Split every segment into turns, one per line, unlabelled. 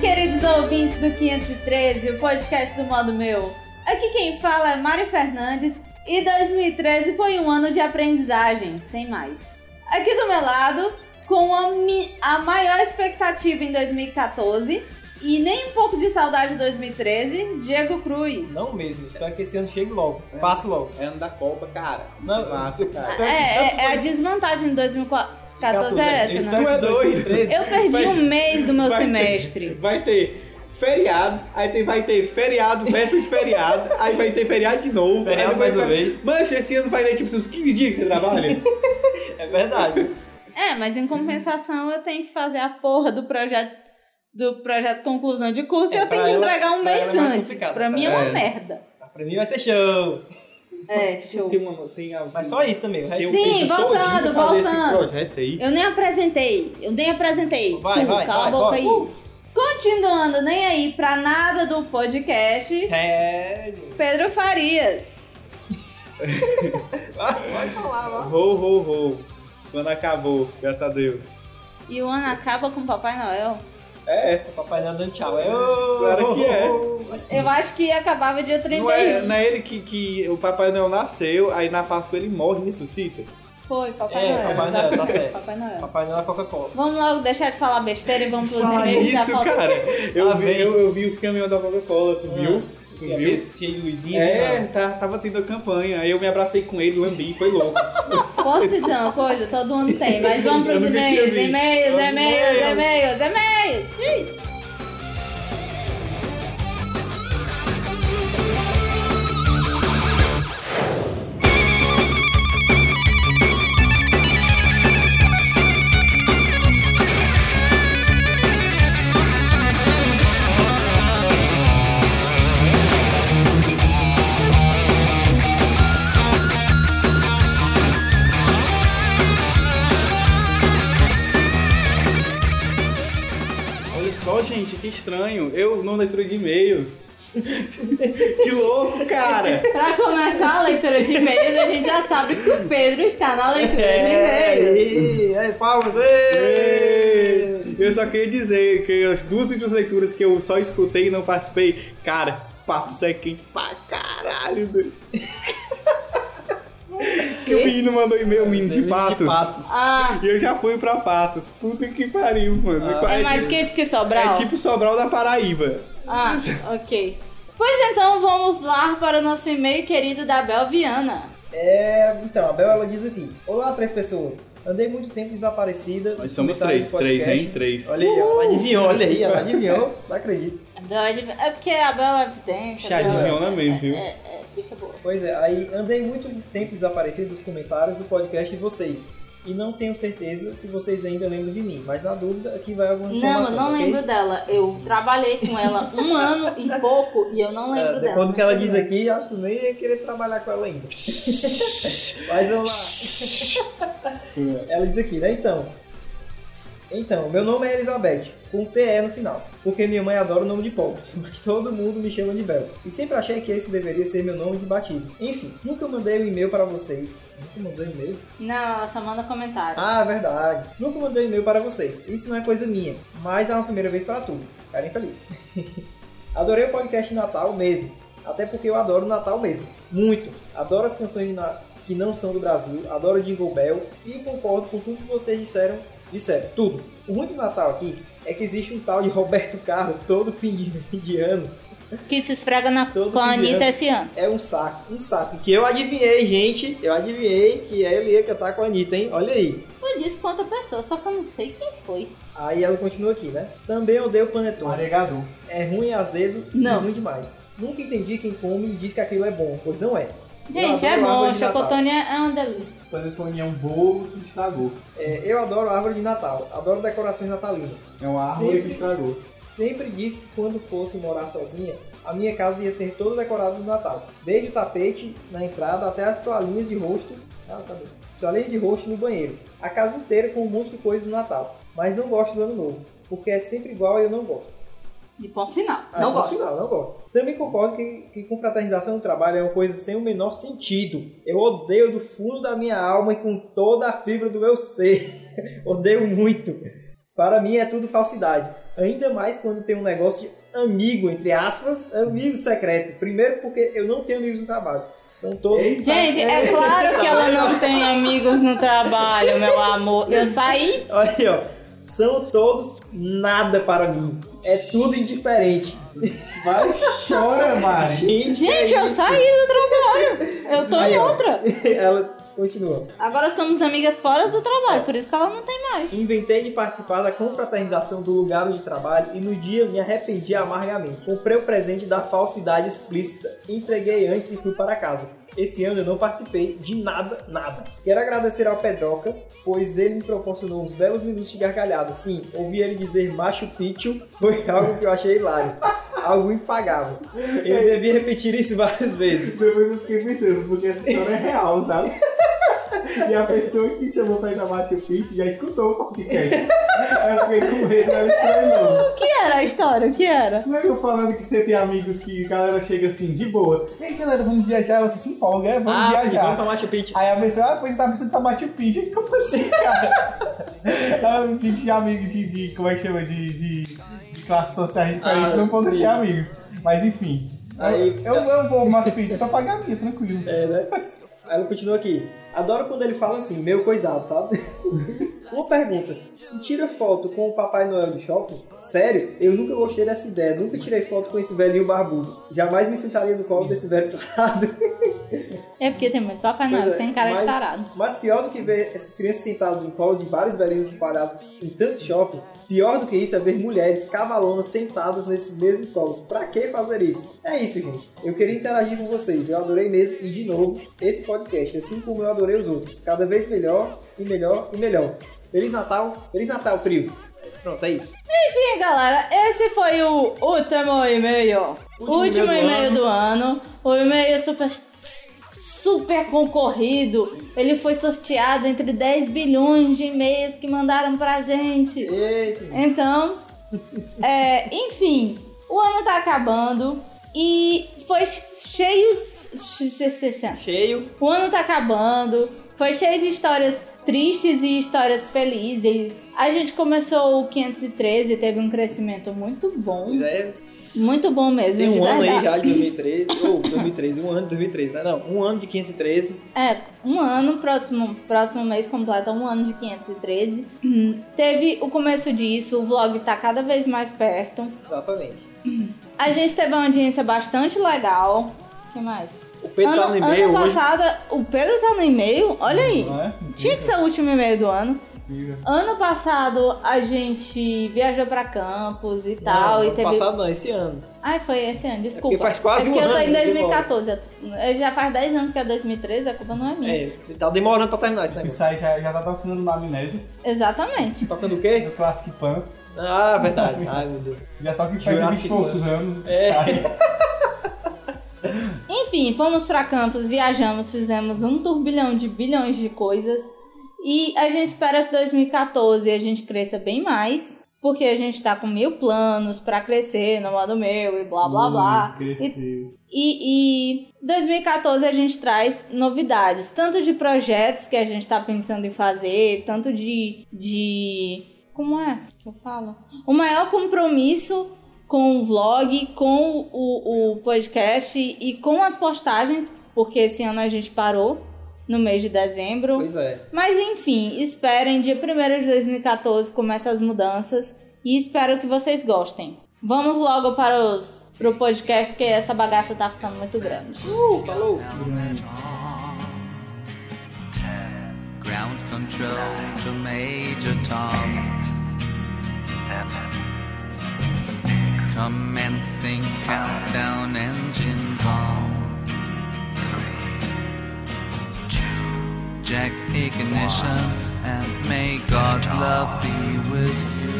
queridos ouvintes do 513, o podcast do modo meu. Aqui quem fala é Mário Fernandes e 2013 foi um ano de aprendizagem, sem mais. Aqui do meu lado, com a, mi- a maior expectativa em 2014 e nem um pouco de saudade de 2013, Diego Cruz.
Não mesmo, espero que esse ano chegue logo, passe logo.
É ano da Copa, cara.
Não,
massa, cara.
espero que
É,
tanto
é, é a desvantagem de 2014 é
Eu
essa,
espero
né?
Tu é
que
doido.
2013
Eu perdi
Vai-
um mês do meu
vai ter-
semestre.
Vai ter feriado, aí tem, vai ter feriado, véspera de feriado, aí vai ter feriado de novo.
Feriado
aí depois
mais uma
vai-
vez.
Mancha, esse ano vai ter tipo uns 15 dias que você trabalha.
É verdade.
É, mas em compensação eu tenho que fazer a porra do projeto do projeto conclusão de curso e
É,
eu tenho
pra
que
ela-
entregar
pra
um mês
ela é mais
antes.
complicado,
Pra
tá?
mim é uma
É.
merda.
Pra mim vai ser show.
É, show.
Tem uma, tem a,
Mas só isso né? também, o resto.
tem um
Sim,
tempo
voltando,
todinho pra fazer
voltando.
Esse projeto aí.
Eu nem apresentei, eu nem apresentei.
Vai,
tu,
vai,
cala
vai,
a boca
bora.
aí.
Uh.
Continuando, nem aí pra nada do podcast,
É, gente.
Pedro Farias.
Vai, vai falar, vai.
Rou, rou, rou. Quando acabou, graças a Deus.
E o ano acaba com o Papai Noel.
É,
O Papai Noel dando tchau. É,
Claro que é.
Eu acho que acabava dia
não é,
né?
31.
não é ele que, que o Papai Noel nasceu, aí na Páscoa ele morre né, e ressuscita.
Foi, Papai
É,
Noel.
Papai Noel, tá certo.
Papai Noel.
Papai Noel é Coca-Cola.
Vamos logo deixar de falar besteira e vamos pros
Fala
e-mails da
Isso,
falta
cara. Eu
Lá
vi,
vem.
eu, eu vi os caminhões da Coca-Cola, tu
Ah.
viu? Tu
Quer
viu?
ver se cheio de luzinha?
É, tá, tava tendo a campanha. Aí eu me abracei com ele, lambi, foi louco.
Posso dizer uma coisa? Todo mundo tem, mas vamos
Eu
pros
nunca tinha
e-mails,
visto.
e-mails,
Vamos
e-mails, e-mails,
e-mails.
e-mails. Ih!
Olha só, gente, que estranho. Eu não leitura de e-mails. que louco, cara.
Pra começar a leitura de e-mails, a gente já sabe que o Pedro está na leitura
É,
de e-mails.
e É, aí, palmas, ê!
Ei, Eu só queria dizer que as duas últimas leituras que eu só escutei e não participei, cara, papo isso é quente pra caralho. doido. Que o menino mandou e-mail, o menino de patos.
Ah,
E eu já fui pra Patos. Puta que pariu, mano.
Ah.
é
tipo-
mais quente que
é
Sobral.
tipo Sobral da Paraíba.
Ah, ok. Pois então, vamos lá para o nosso e-mail querido da Belviana.
É, então, a Bel ela diz aqui: Olá, três pessoas. Andei muito tempo desaparecida.
Nós
dos
somos
comentários
três,
do
três,
podcast.
hein? Três.
Olha aí, ela adivinhou, olha aí, ela adivinhou. Não acredito.
A Bel é de- É porque a Bel é evidente. a
Chá
Bel
de
é-
viola mesmo, viu?
É, é, bicha boa.
Pois é, aí andei muito tempo desaparecido dos comentários do podcast de vocês. E não tenho certeza se vocês ainda lembram de mim, mas na dúvida aqui vai algumas
Não, eu
informações.
não
ok?
lembro dela. Eu trabalhei com ela um ano e pouco e eu não
É,
lembro
depois
dela.
do que ela diz aqui, acho que tu nem ia querer trabalhar com ela ainda. Mas vamos lá. ela diz aqui, né? Então. Então, meu nome é Elizabeth, com TE no final, porque minha mãe adora o nome de pobre, mas todo mundo me chama de Bel. E sempre achei que esse deveria ser meu nome de batismo. Enfim, nunca mandei um e-mail para vocês. Nunca mandei um e-mail?
Não, ela só manda comentário.
Ah, verdade. Nunca mandei e-mail para vocês. Isso não é coisa minha, mas é uma primeira vez para tudo. Cara infeliz. Adorei o podcast de Natal mesmo. Até porque eu adoro o Natal mesmo. Muito. Adoro as canções de na- que não são do Brasil. Adoro Jingle Bell. E concordo com tudo que vocês disseram. Disseram tudo. O ruim do Natal aqui é que existe um tal de Roberto Carlos todo fim de- de ano.
Que se esfrega na
Ah. Todo
com a
fim de
Anitta
ano.
esse ano.
É um saco, um saco. Que eu adivinhei, gente. Eu adivinhei que ele ia cantar com a Anitta, hein? Olha aí.
Eu disse com outra pessoa, só que eu não sei quem foi.
Aí ela continua aqui, né? Também odeio panetone.
Maregador.
É ruim, azedo
Não.
e ruim demais. Nunca entendi quem come e diz que aquilo é bom, pois não é.
Gente,
Eu
é
adoro árvore
bom,
de Natal.
chocotone é é uma delícia.
Panetone é um bolo que estragou.
É, eu adoro árvore de Natal, adoro decorações natalinas.
É uma
árvore que
estragou.
Sempre disse que quando fosse morar sozinha, a minha casa ia ser toda decorada no Natal. Desde o tapete na entrada até as toalhinhas de rosto. Ah, tá bom. Toalhinhas de rosto no banheiro. A casa inteira com um monte de coisa no Natal. Mas não gosto do ano novo, porque é sempre igual e eu não gosto.
De ponto final.
Ah,
não
ponto
gosto.
final, não gosto. Também concordo que, que confraternização no trabalho é uma coisa sem o menor sentido. Eu odeio do fundo da minha alma e com toda a fibra do meu ser. odeio muito. Para mim é tudo falsidade. Ainda mais quando tem um negócio de amigo, entre aspas, amigo secreto. Primeiro porque eu não tenho amigos no trabalho. São todos.
Ei.
Gente, é claro que ela não tem amigos no trabalho, meu amor. Eu saí.
Olha aí, ó. São todos nada para mim. É tudo indiferente.
Vai, chora, Mari.
Gente,
é
eu saí do trabalho. Eu tô
Aí,
em
ó.
outra.
Ela continua.
Agora somos amigas fora do trabalho, por isso que ela não tem mais.
Inventei de participar da confraternização do lugar de trabalho e no dia me arrependi amargamente. Comprei o presente da falsidade explícita, entreguei antes e fui para casa. Esse ano eu não participei de nada, nada. Quero agradecer ao Pedroca, pois ele me proporcionou uns belos minutos de gargalhada. Sim, ouvir ele dizer Machu Picchu foi algo que eu achei hilário. Algo impagável. Eu devia repetir isso várias vezes.
Depois eu fiquei pensando, porque essa história é real, sabe? E a pessoa que chamou pra ir na Machu Picchu já escutou o podcast. Aí eu fiquei com medo, mas isso não é não.
O que era a história? O que era?
Não é eu falando que você tem amigos que a galera chega assim, de boa. E aí, galera, vamos viajar? Você se empolga, é? Vamos
Ah, sim, vamos
viajar.
para Machu Picchu.
aí a pessoa, ah, pois tá precisando pra Machu Picchu. Como assim, cara? Ah, gente de amigo de, de- como é que chama? De, de, de classes sociais diferentes
Ah,
não podem
sim.
ser amigos. Mas enfim.
Aí-
eu, eu vou ao Machu Picchu só pra Gabi, tranquilo.
É, né? Aí Ela continua aqui. Adoro quando ele fala assim, meio coisado, sabe? Uma pergunta: se tira foto com o Papai Noel do shopping? Sério, eu nunca gostei dessa ideia. Nunca tirei foto com esse velhinho barbudo. Jamais me sentaria no colo desse velho tarado.
É porque tem muito papai
Pois
Noel,
é,
tem cara de
mas-
tarado.
Mas pior do que ver essas crianças sentadas em colo de vários velhinhos espalhados em tantos shoppings, pior do que isso é ver mulheres cavalonas sentadas nesses mesmos colos. Pra que fazer isso? É isso, gente. Eu queria interagir com vocês. Eu adorei mesmo e, de novo, esse podcast, assim como eu adorei os outros. Cada vez melhor e melhor e melhor. Feliz Natal, Feliz Natal, trio. Pronto, é isso.
Enfim, galera, esse foi o último e-mail.
Último
Último,
e-mail do
e-mail
ano.
do ano. O e-mail é super super concorrido. Ele foi sorteado entre 10 bilhões de e-mails que mandaram pra gente.
Eita.
Então, é, enfim, o ano tá acabando e foi cheio.
Cheio.
O ano tá acabando, foi cheio de histórias tristes e histórias felizes. A gente começou o 513, teve um crescimento muito bom,
Pois é,
muito bom mesmo,
tem
de
um ano aí
verdade.
já de 2013. Ou 2013, um ano de 2013, né? Não, um ano de 513.
É, um ano, próximo, próximo mês completa um ano de 513. Hum, Teve o começo disso, o vlog tá cada vez mais perto.
Exatamente.
A gente teve uma audiência bastante legal. O que mais?
O Pedro
ano,
tá no e-mail
ano
hoje.
passado, o Pedro tá no e-mail, olha aí.
Uhum.
Não é?
Tinha que ser o último e-mail do ano.
Mentira.
Ano passado a gente viajou pra campos e tal.
não,
e
ano
teve.
passado não, esse ano.
Ai, foi esse ano, desculpa.
porque faz quase
É porque
um
eu tô
ano,
em
né, de
2014. Eu já faz 10 anos que é 2013, a culpa não é minha.
É, ele tá demorando pra terminar esse
O
negócio.
Psy já, já tá tocando na amnésia,
É.
Exatamente.
Tocando o quê?
no Classic Punk.
Ah, verdade. Ai, meu Deus.
Já toca em faz 20
Jurassic É.
e poucos anos, o Psy.
Enfim, fomos pra campos, viajamos, fizemos um turbilhão de bilhões de coisas. E a gente espera que 2014 a gente cresça bem mais. Porque a gente tá com mil planos pra crescer no modo meu e blá blá blá.
Hum, cresceu.
E, e 2014 a gente traz novidades, tanto de projetos que a gente tá pensando em fazer, tanto de. de como é que eu falo? O maior compromisso com o vlog, com o, o podcast e com as postagens, porque esse ano a gente parou no mês de dezembro.
Pois é.
Mas enfim, esperem, dia 1 de 2014 começa as mudanças e espero que vocês gostem. Vamos logo para os pro podcast, porque essa bagaça tá ficando muito grande.
Uh, falou.
Ground control to Major Tom. Commencing countdown engines on. Jack ignition and may God's love be with you.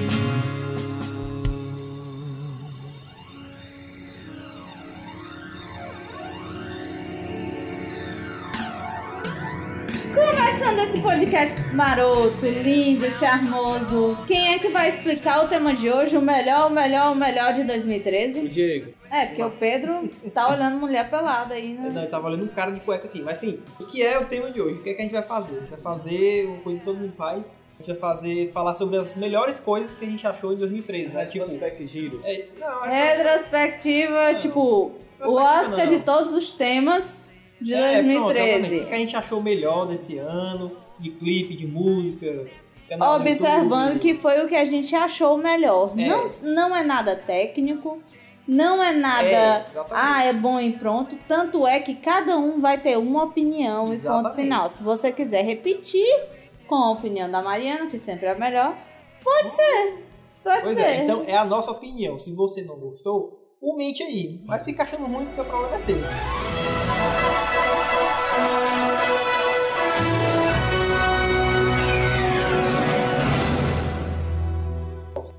Começando esse podcast
Maroto, lindo, charmoso. Quem é que vai explicar o tema de hoje? O melhor, o melhor, o melhor de 2013?
O Diego.
É, porque o Pedro tá olhando mulher pelada aí, né?
Não, ele tava olhando um é cara de cueca aqui. Mas sim, o que é o tema de hoje? O que é que a gente vai fazer? A gente vai fazer uma coisa que todo mundo faz, A gente vai fazer, falar sobre as melhores coisas que a gente achou em 2013, né? Tipo,
Prospect Giro.
é, não, acho que-
Retrospectiva, tipo, o
Retrospectiva
Oscar
não.
de todos os temas de
É, pronto, exatamente. O
2013.
que a gente achou melhor desse ano, de clipe, de música, canal no
Observando
YouTube.
que foi o que a gente achou melhor.
É.
Não, não é nada técnico, não é nada.
É, exatamente.
Ah, é bom e pronto. Tanto é que cada um vai ter uma opinião e ponto
Exatamente.
final. Se você quiser repetir com a opinião da Mariana, que sempre é a melhor, pode ser. Pode
Pois
ser.
é, então é a nossa opinião. Se você não gostou, comente aí. Mas fica achando ruim porque o problema é seu.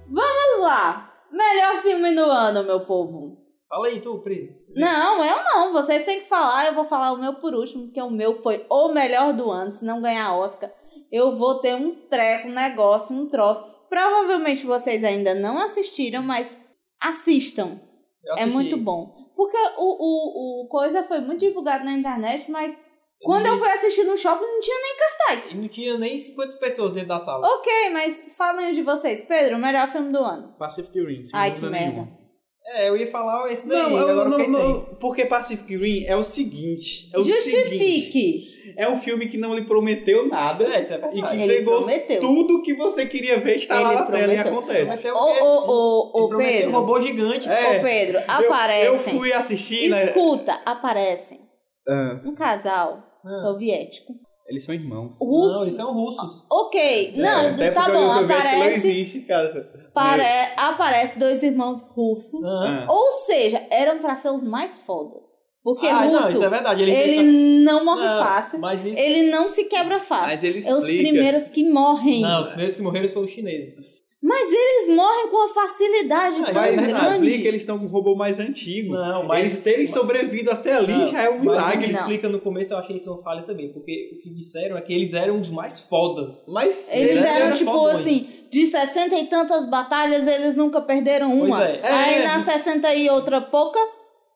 Vamos lá. Melhor filme do ano, meu povo.
Fala aí, tu, Pri.
Não, eu não. Vocês têm que falar. Eu vou falar o meu por último, porque o meu foi o melhor do ano. Se não ganhar Oscar, eu vou ter um treco, um negócio, um troço. Provavelmente vocês ainda não assistiram, mas assistam.
Eu
É
assisti.
muito bom. Porque o, o, o coisa foi muito divulgado na internet, mas quando
não-
eu fui assistir no shopping não tinha nem cartaz.
E não tinha nem 50 pessoas dentro da sala.
Ok, mas falem de vocês. Pedro, o melhor filme do ano.
Pacific Rim. sem
Ai, que
dúvida
merda.
nenhuma.
É, eu ia falar esse daí,
Não, eu,
agora eu
não,
fiquei sem.
não, porque Pacific Rim é o seguinte. É o seguinte,
Justifique.
é um filme que não lhe prometeu nada
É, isso é
e
verdade.
que
Ele
entregou
prometeu.
tudo que você queria ver está lá
Ele
na tela e
prometeu.
Mas
acontece.
tem
Ô,
o quê?
ô, ô,
Ele
ô,
prometeu
Pedro.
robô gigante.
É.
Ô, Pedro,
Eu- Eu
aparecem.
fui assistir, né?
Escuta, aparecem
Ah,
um casal
Ah.
soviético,
eles são irmãos. É,
russo.
Não, É, eles são russos.
Ok, não,
até
tá
porque a
bom,
União Soviética Não
aparece,
existe, cara.
pare, aparece dois irmãos russos.
Aham.
Ah,
Ou seja, eram pra ser os mais fodas. Porque
ah,
russo,
não, isso é verdade. Ele,
ele não morre
Não,
fácil,
Mas isso...
ele não se quebra fácil.
mas ele
É
explica.
os primeiros que morrem.
Não, os primeiros que morreram foram os chineses.
Mas eles morrem com uma facilidade
Não,
tão
mas é
Mas
verdade.
grande.
explica, eles estão com um robô mais antigo.
Não, mas...
mas eles terem sobrevivido até ali
Não,
já é
Mas
um
o
milagre.
que
Não.
explica no começo eu achei isso uma falha também, porque o que disseram é que eles eram os mais fodas.
Mas
Eles
Ele
eram
era
tipo
fodões.
assim, de 60 e tantas batalhas, eles nunca perderam
Pois
uma.
é.
Aí
É.
na 60 e outra pouca,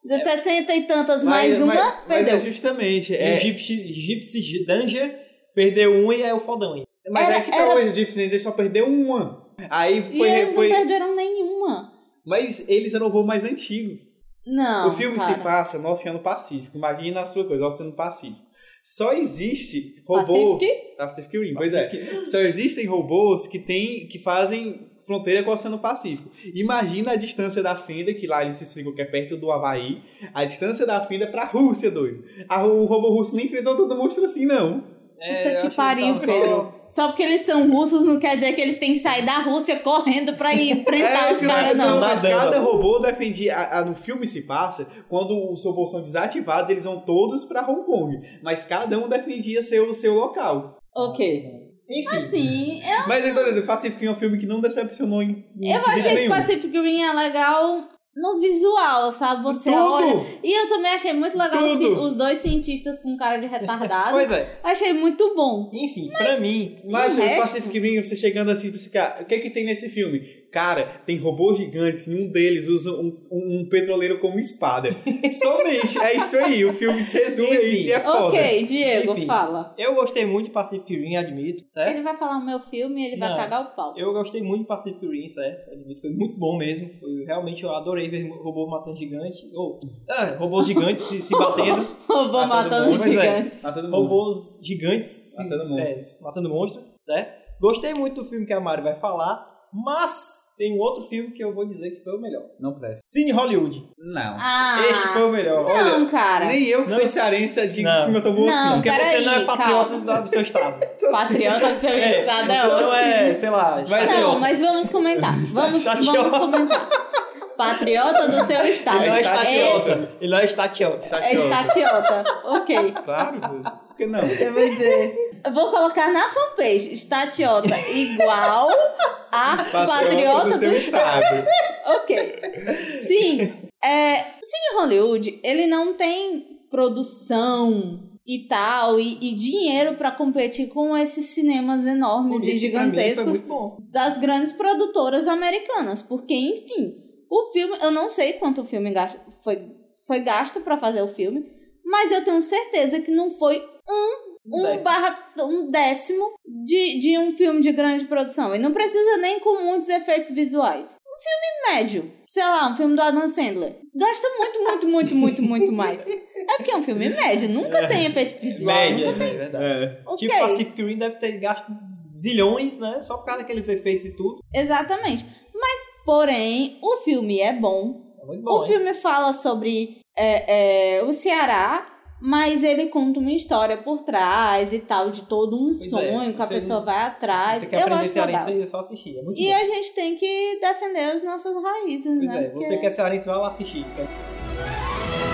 de 60 e tantas mais
mas-
uma,
mas- mas
perdeu.
é justamente.
E O
É,
Gypsy, Gypsy Danger perdeu um e é o fodão aí.
mas
era-
é que tá hoje, o Jeff Sanders só perdeu uma. Aí
E
foi.
eles
foi-
não perderam nenhuma.
Mas eles eram o robô mais antigo.
Não.
o filme se
Ah, cara.
passa no Oceano Pacífico. Imagina a sua coisa, Oceano Pacífico. Só existe robô. Pacific, Rim, pois
Assim
é. Só existem robôs que tem, que fazem fronteira com o Oceano Pacífico. Imagina a distância da Fenda, que lá eles se explicam que é perto do Havaí, a distância da Fenda pra Rússia, doido. A- o robô russo nem enfrentou todo monstro assim, não.
É,
Puta
eu
que
achei
pariu,
tava só-
Pedro. Só porque eles são russos não quer dizer que eles têm que sair da Rússia correndo pra ir enfrentar os
É, esse lado-
caras, não.
Mas é,
Nadando.
cada robô defendia. a- a- no filme se passa, quando os robôs são desativados, é eles vão todos pra Hong Kong. Mas cada um defendia seu, seu local.
Ok.
Enfim,
Assim,
Sim, Assim, eu,
Mas eu tô dizendo, Pacific Rim é um filme que não decepcionou em. em
eu
quesito
achei que
nenhum.
Pacific Rim é legal
No visual, sabe? Você olha.
Tudo!
E eu também achei muito legal os,
Tudo.
ci- os dois cientistas com cara de retardado.
pois é.
achei muito bom.
Enfim, pra mim,
Mas
E o
o
resto?
Pacific Rim, você chegando assim, você, cara, o que é que tem nesse filme? Cara, tem robôs gigantes, nenhum deles usa um, um- um petroleiro como espada. Somente, é isso aí, o filme se resume a isso e é foda.
Ok, Diego,
Enfim.
fala.
eu gostei muito de Pacific Rim, admito, certo?
Ele vai falar o meu filme e ele vai
Não.
cagar o pau.
Eu gostei muito de Pacific Rim, certo? Admito, foi muito bom mesmo. Foi, realmente eu adorei ver robô matando gigante. Ou, ah, robôs gigantes se, se batendo.
Vou
Matando
matando os
monstros, é.
gigantes.
Tá todo mundo.
robôs gigantes se-
Matando monstros.
é, matando monstros, certo? Gostei muito do filme que a Mari vai falar, mas tem um outro filme que eu vou dizer que foi o melhor.
Não presta.
Cine Hollywood.
Não.
Ah,
Este foi o melhor.
não, cara.
Nem eu que
Não.
sou um cearense digo
Não.
que o filme eu tô bom
Não.
assim.
Porque
peraí,
você não é patriota
calma.
da- do seu estado.
Patriota do seu
É,
estado é
você
outro.
não é, sei lá,
Mas-
estado-
Não, mas vamos comentar. Vamos, vamos
Chateota.
comentar. Patriota do seu estado.
ele não é
Esse
estatiota. Ele não é estatiota.
é estatiota. Ok.
Claro, pô. por que não?
Eu vou colocar na fanpage. Estatiota igual a patriota, do, estado.
é um estado.
Ok. Sim. É, o Cine Hollywood, ele não tem produção e tal, e, e dinheiro pra competir com esses cinemas enormes
Por
e
isso que pra mim ele foi
gigantescos
muito bom.
das grandes produtoras americanas, porque enfim, o filme, eu não sei quanto o filme gas- foi foi gasto pra fazer o filme, mas eu tenho certeza que não foi um
Um
um,
décimo.
barra, um décimo de, de um filme de grande produção. E não precisa nem com muitos efeitos visuais. Um filme médio, sei lá, um filme do Adam Sandler. Gasta muito, muito, muito, muito, muito mais. É porque é um filme médio, nunca tem efeito visual.
É. Média, Tipo assim-
nunca
né? é verdade.
É.
Ok,
Que o Pacific Rim deve ter gasto zilhões, né? Só por causa daqueles efeitos e tudo.
exatamente. Mas, porém, o filme é bom.
É muito
o
bom, hein?
filme fala sobre é, é, o Ceará, mas ele conta uma história por trás e tal, de todo um
Pois é,
sonho que a
você-
pessoa vai atrás.
Você quer
Eu
aprender
acho legal.
cearense, é só assistir. É muito
E
bom.
a gente tem que defender as nossas raízes,
Pois
né?
é, você
Porque-
quer cearense, vai lá assistir. É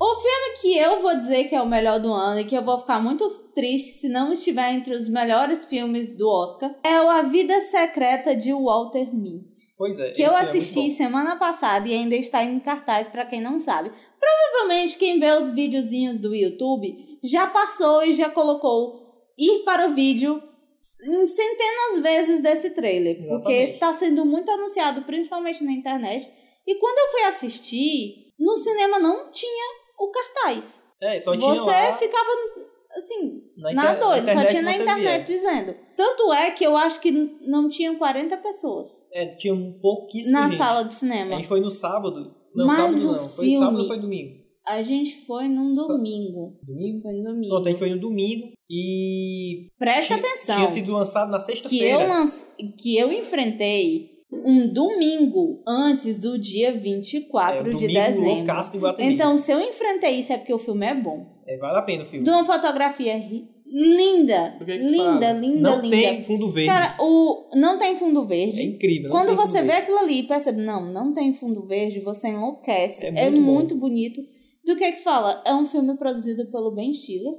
O filme que eu vou dizer que é o melhor do ano e que eu vou ficar muito triste se não estiver entre os melhores filmes do Oscar é o A Vida Secreta de Walter Mitty.
Pois é.
que
esse
eu
é muito
assisti
bom.
semana passada e ainda está em cartaz pra quem não sabe. Provavelmente quem vê os videozinhos do YouTube já passou e já colocou ir para o vídeo em centenas vezes desse trailer, porque
Exatamente.
tá sendo muito anunciado, principalmente na internet. E quando eu fui assistir, no cinema não tinha o cartaz.
É, só tinha
Você
lá
ficava assim,
na,
na
inter-
doida, só
internet
tinha na
você
internet dizendo. Tanto é que eu acho que n- não tinham 40 pessoas
Via. É, tinha um pouquíssimo
na
gente.
sala de
A
cinema.
gente foi no sábado. Não,
Mas
sábado
o
não. Foi
filme-
sábado ou foi domingo?
A gente foi num
Sa-
domingo.
Domingo?
Foi num domingo.
Pronto, a gente foi no domingo e
Presta
Tinha-
atenção.
tinha sido lançado na
que, eu
sexta-feira. É,
lance- que eu enfrentei um domingo antes do dia 24
é,
de
domingo,
dezembro.
Loucaço do Iguatemi.
Então, se eu enfrentei isso é porque o filme é bom.
É, vale a pena o filme.
De uma fotografia ri- linda.
Do que que
linda,
fala?
linda,
não
é linda.
tem fundo verde.
Cara, o... não tem fundo
é
verde.
incrível. não
Quando
tem fundo
você vê
verde.
aquilo ali e percebe, não, não tem fundo verde, você enlouquece.
É
É,
muito bom.
muito bonito. Do que que fala? É um filme produzido pelo Ben Stiller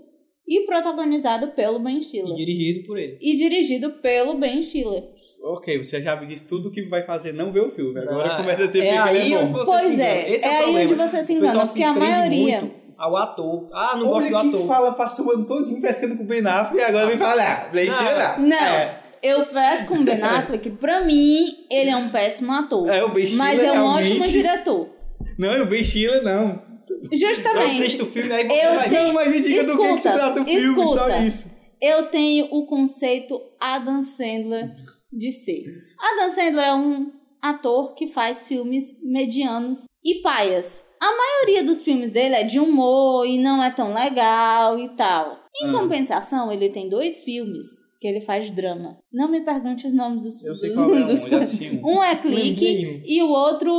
e protagonizado pelo Ben
E
Stiller.
dirigido por ele.
E dirigido pelo Ben Stiller.
Ok, você já me disse tudo que vai fazer não ver o filme. Agora
Ah,
começa a dizer
é
porque
aí
ele é
onde
bom.
você se
pois
engana.
é,
Esse é,
é,
o
aí
problema.
onde você se
o pessoal
engana,
se
porque a
prende
maioria.
muito ao ator. Ah, não gosto
Olha
do
que
ator.
fala, passou o ano todinho pescando com o Ben Affleck e agora vem falar, ah, mentira lá.
Não.
É,
Eu fecho com o Ben Affleck, pra mim, ele é um péssimo ator.
é o Ben Stiller
mas é um ótimo
realmente-
diretor.
Não, é o Ben Stiller não.
É
Justamente,
Assista o filme, aí você
Eu
vai
tenho-
Não, mas me diga do que, que se
Escuta,
trata o filme, só
escuta.
isso.
eu tenho o conceito Adam Sandler de ser. Adam Sandler é um ator que faz filmes medianos e paias. A maioria dos filmes dele é de humor e não é tão legal e tal. Em
Ah.
compensação, ele tem dois filmes que ele faz drama. Não me pergunte os nomes dos
Eu sei
dos-
qual é um,
dos-
eu já assisti um.
Um é
Lembrei
clique
nenhum.
e o outro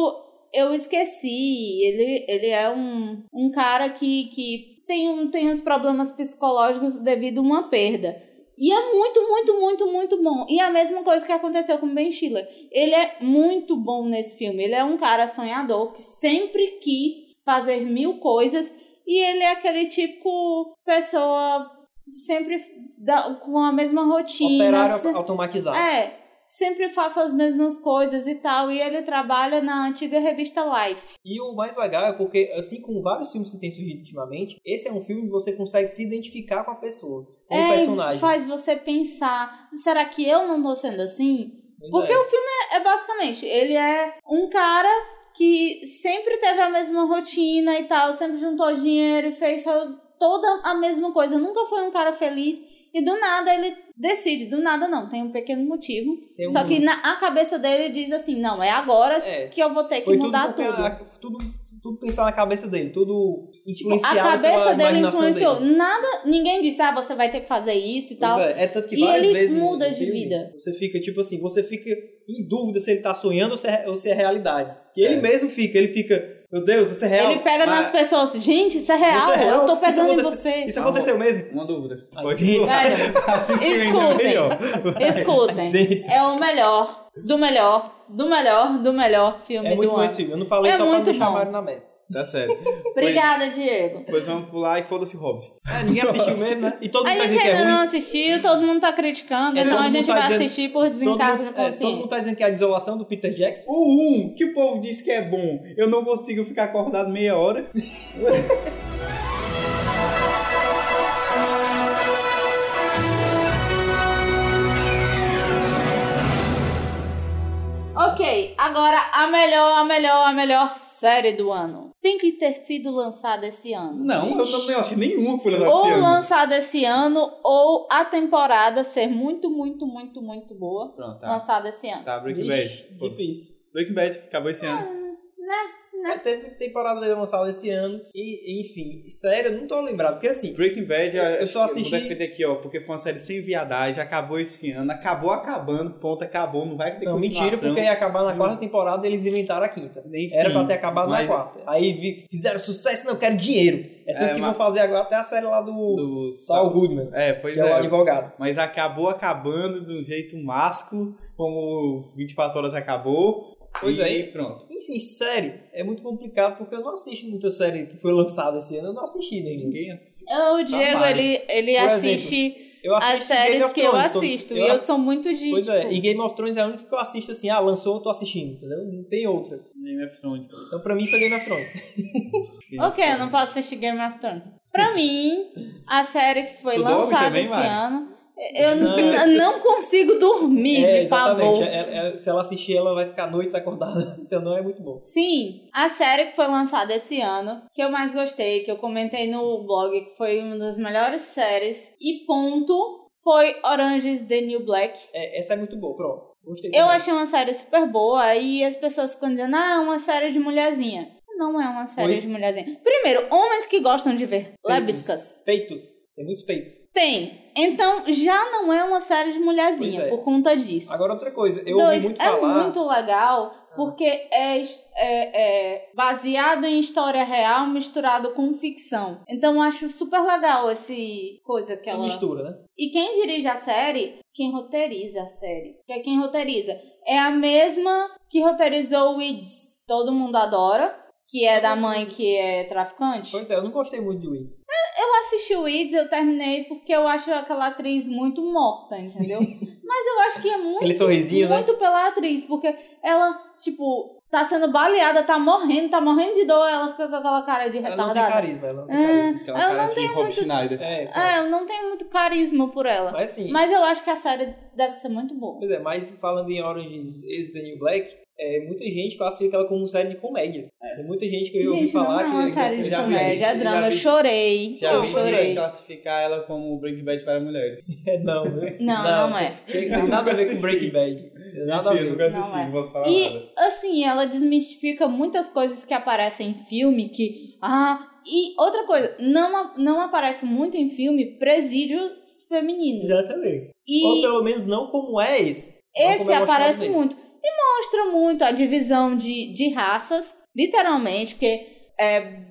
eu esqueci. Ele, ele é um, um cara que, que tem, um, tem uns problemas psicológicos devido a uma perda. E é muito, muito, muito, muito bom. E a mesma coisa que aconteceu com Ben Stiller. Ele é muito bom nesse filme. Ele é um cara sonhador que sempre quis fazer mil coisas. E ele é aquele típico pessoa sempre da- com a mesma rotina. se-
Operário automatizado.
é, sempre faço as mesmas coisas e tal. E ele trabalha na antiga revista Life.
E o mais legal é porque, assim como vários filmes que têm surgido ultimamente, esse é um filme que você consegue se identificar com a pessoa, com o
é, e
personagem.
faz você pensar: será que eu não tô sendo assim?
Pois
Porque
é.
o filme é, é basicamente: ele é um cara que sempre teve a mesma rotina e tal, sempre juntou dinheiro e fez só- toda a mesma coisa, nunca foi um cara feliz. E do nada ele decide, do nada não, tem um pequeno motivo.
Tem um-
Só que na a cabeça dele diz assim: não, é agora
É.
que eu vou ter que
Foi tudo,
mudar
porque
tudo. Tipo,
a- tudo. Tudo pensar na cabeça dele, tudo
A
influenciado pela
cabeça dele
imaginação
influenciou.
dele.
Nada, ninguém disse, ah, você vai ter que fazer isso e
Pois
tal.
é, é tanto que
E
várias
ele
vezes no-
muda
no
de
filme,
vida.
Você fica, tipo assim, você fica em dúvida se ele tá sonhando ou se é, ou se é realidade. E ele
É.
mesmo fica, ele fica, meu Deus, isso é real.
Ele pega
mas-
nas pessoas, gente, isso é real,
Isso é real,
eu tô
isso
pegando em
aconteceu-
você.
Isso aconteceu mesmo? Ah,
Uma dúvida.
Ai,
Pode
gente.
falar.
Velho,
Assim que ainda
Escutem.
melhor.
escutem,
Dentro.
é o melhor, do melhor, do melhor, do melhor filme
É muito
do
bom
ano.
esse filme. Eu não falei
É
só pra não
muito
deixar
bom.
Mário na merda.
Tá certo.
Obrigada, Diego.
Pois vamos pular e foda-se o Hobbit.
É, ninguém assistiu mesmo, né? E todo
A
mundo tá
gente
dizendo que é
ainda
ruim.
não assistiu, todo mundo tá criticando,
É,
então
todo
a
mundo
gente
tá
vai
dizendo-
assistir por
Todo
desencargo de
mundo, é, todo mundo
consciência.
tá dizendo que é a desolação do Peter Jackson.
O um que o povo diz que é bom, eu não consigo ficar acordado meia hora.
Ok, Agora, a melhor, a melhor, a melhor série do ano. Tem que ter sido lançada esse ano.
Não, eu não acho nenhuma que foi
Tá
lançada
Ou
esse ano.
lançada esse ano, ou a temporada ser muito, muito, muito, muito boa.
Pronto, tá.
Lançada esse ano.
Tá, Breaking
Ixi,
Bad. Foda-se.
Difícil.
Breaking Bad, acabou esse ano.
É, teve temporada lançada esse ano. E, enfim, sério, eu não tô lembrado. Porque assim,
Breaking Bad, eu,
só assisti-
Vou defender aqui, ó, porque foi uma série sem viadagem, acabou esse ano, acabou acabando, ponto, acabou, não vai ter
não, mentira,
continuação.
porque ia acabar na
Hum.
quarta temporada eles inventaram a quinta.
Enfim,
Era pra ter acabado
mas-
na quarta. Aí vi- fizeram sucesso, não, eu quero dinheiro. É tanto
É,
que
mas-
vão fazer agora até a série lá do.
do
Saul Goodman.
É, pois
que é, o
é.
advogado.
Mas acabou acabando de um jeito másculo, como 24 horas acabou.
Pois
e
é, e-
pronto.
Enfim, sério, é muito complicado porque eu não assisto muita série que foi lançada esse ano, eu não assisti né, nenhuma.
Ninguém assistiu.
O Diego,
Tomara.
ele, ele
Tá. Por
assiste
Eu assisto
as séries
Game of
que eu
Thrones, tô-
assisto.
eu
e eu
assisto-
sou muito de.
Pois é,
tipo,
e Game of Thrones é a única que eu assisto assim, ah, lançou, eu tô assistindo, entendeu? Não tem outra.
Game of Thrones.
Então pra mim foi Game of Thrones.
Game of
Ok, eu não
Thrones.
posso assistir Game of Thrones. Pra mim, a série que foi
Tu dorme
lançada
também,
esse
Mari?
ano, eu
Não.
n- não consigo dormir
é,
de pavor.
É- é- se ela assistir, ela vai ficar noites acordada, então não é muito bom.
Sim, a série que foi lançada esse ano, que eu mais gostei, que eu comentei no blog, que foi uma das melhores séries, e ponto, foi Orange is the New Black.
É, essa é muito boa, pronto. Gostei
Eu
também.
achei uma série super boa e as pessoas ficam dizendo, ah, é uma série de mulherzinha. Não é uma série
Pois-
de mulherzinha. Primeiro, homens que gostam de ver lebiscas.
Peitos. Tem muitos peitos.
Tem. Então, já não é uma série de mulherzinha,
Pois é.
por conta disso.
Agora outra coisa, eu
Dois,
ouvi muito
é
falar. Ah.
muito legal porque é, es- é, é baseado em história real misturado com ficção. Então eu acho super legal esse coisa que
Se
ela.
mistura, né?
E quem dirige a série, quem roteiriza a série. Que é quem roteiriza. É a mesma que roteirizou Weeds, Todo Mundo Adora, que é da mãe que é traficante.
Pois é, eu não gostei muito de Weeds.
Eu assisti Weeds, eu terminei porque eu acho aquela atriz muito morta, entendeu? Mas eu acho que é muito
Aquele sorrisinho, né?
muito pela atriz, porque ela, tipo, tá sendo baleada, tá morrendo, tá morrendo de dor, ela fica com aquela cara de
Ela não tem
retardada.
carisma, ela não tem
Ah,
carisma.
Aquela
Eu
é cara
não
de Rob Schneider.
É, pronto.
é, eu não tenho muito carisma por ela.
Mas assim,
Mas eu acho que a série deve ser muito boa.
pois é, mas falando em Orange is the New Black, é, muita gente classifica ela como série de comédia. É, Tem muita gente que eu ouvi
Gente,
falar
não é uma
que
série de
já vi
comédia,
gente-
é drama.
já
Eu
vi-
chorei,
Já
eu
vi gente
chorei.
classificar ela como Breaking Bad para mulheres.
É, não, né?
Não, não é.
Tem, tem nada a ver com Breaking Bad. Tem Nada a
Mentira, eu nunca
ver.
assisti,
Não é.
não posso falar nada.
E, assim, ela desmistifica muitas coisas que aparecem em filme, que... Ah, e outra coisa, não, a- não aparece muito em filme presídios femininos.
Exatamente.
E...
Ou pelo menos não como é esse. Não
Esse
como é mostrado
aparece
nesse.
muito. E mostra muito a divisão de, de raças, literalmente, porque é,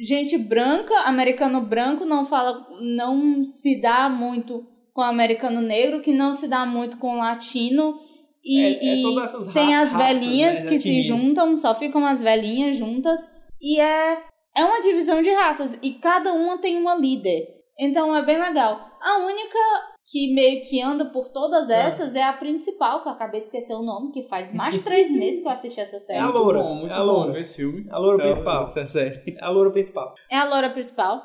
gente branca, americano branco, não fala, não se dá muito com americano negro, que não se dá muito com latino. E,
é, é
e
todas essas ra-
tem as
raças,
velhinhas
né?
que se
Etnias.
juntam, só ficam as velhinhas juntas. E é, é uma divisão de raças. E cada uma tem uma líder. Então é bem legal. A única que meio que anda por todas
Ah.
essas é a principal, que eu acabei de esquecer o nome, que faz mais três meses que eu assisti essa
É
série.
a
Muito
loura.
bom, muito
é a
bom
loura.
ver esse filme.
A loura
Então,
principal.
essa série.
É a loura principal.
É a loura principal.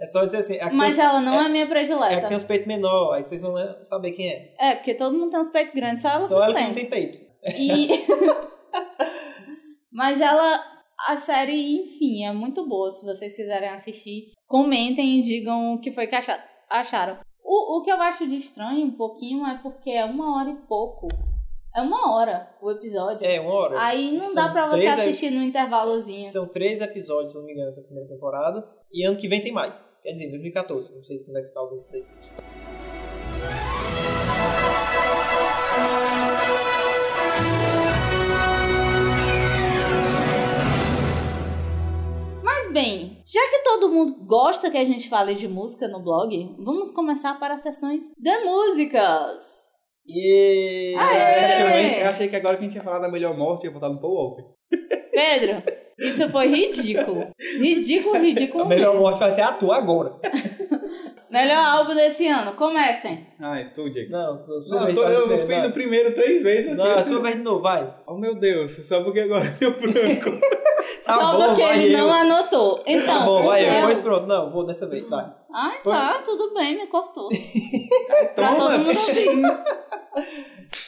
É só dizer assim. Aqui
Mas
tem
ela não é, a minha
os, é que
predileta.
tem os peitos menor, aí vocês vão le- saber quem é.
É, porque todo mundo tem uns peitos grandes, só ela
Só ela
não
que
tem.
não tem peito.
E... Mas ela. A série, enfim, é muito boa. Se vocês quiserem assistir, comentem e digam o que foi que acha- acharam. O, o que eu acho de estranho um pouquinho é porque é uma hora e pouco. É uma hora o episódio.
É, uma hora.
Aí não
São
dá pra você
três ep-
assistir no intervalozinho.
São três episódios, se não me engano, essa primeira temporada. E ano que vem tem mais. Quer dizer, 2014. Não sei quando é que você tá ouvindo isso daí.
Mas bem, já que todo mundo gosta que a gente fale de música no blog, vamos começar para as sessões de músicas.
E...
Aê!
Eu achei que agora que a gente ia falar da melhor morte, ia voltar no Paul Walker.
Pedro, isso foi ridículo. Ridículo, ridículo
A Tá melhor
mesmo.
morte vai ser a tua agora.
Melhor álbum desse ano, comecem.
Ai, tu, Diego.
Não, eu,
Não, eu tô- eu fiz o primeiro três vezes.
Não, a
assim,
sua vez de novo, vai.
Oh, meu Deus, só porque agora deu branco.
Tá
Só
bom,
porque
vai
ele
eu.
não anotou. Então,
Tá bom, vai eu.
eu-
Depois pronto. Não, vou dessa vez, vai.
Ah, tá, tudo bem, me cortou.
Toma.
todo mundo ouvir.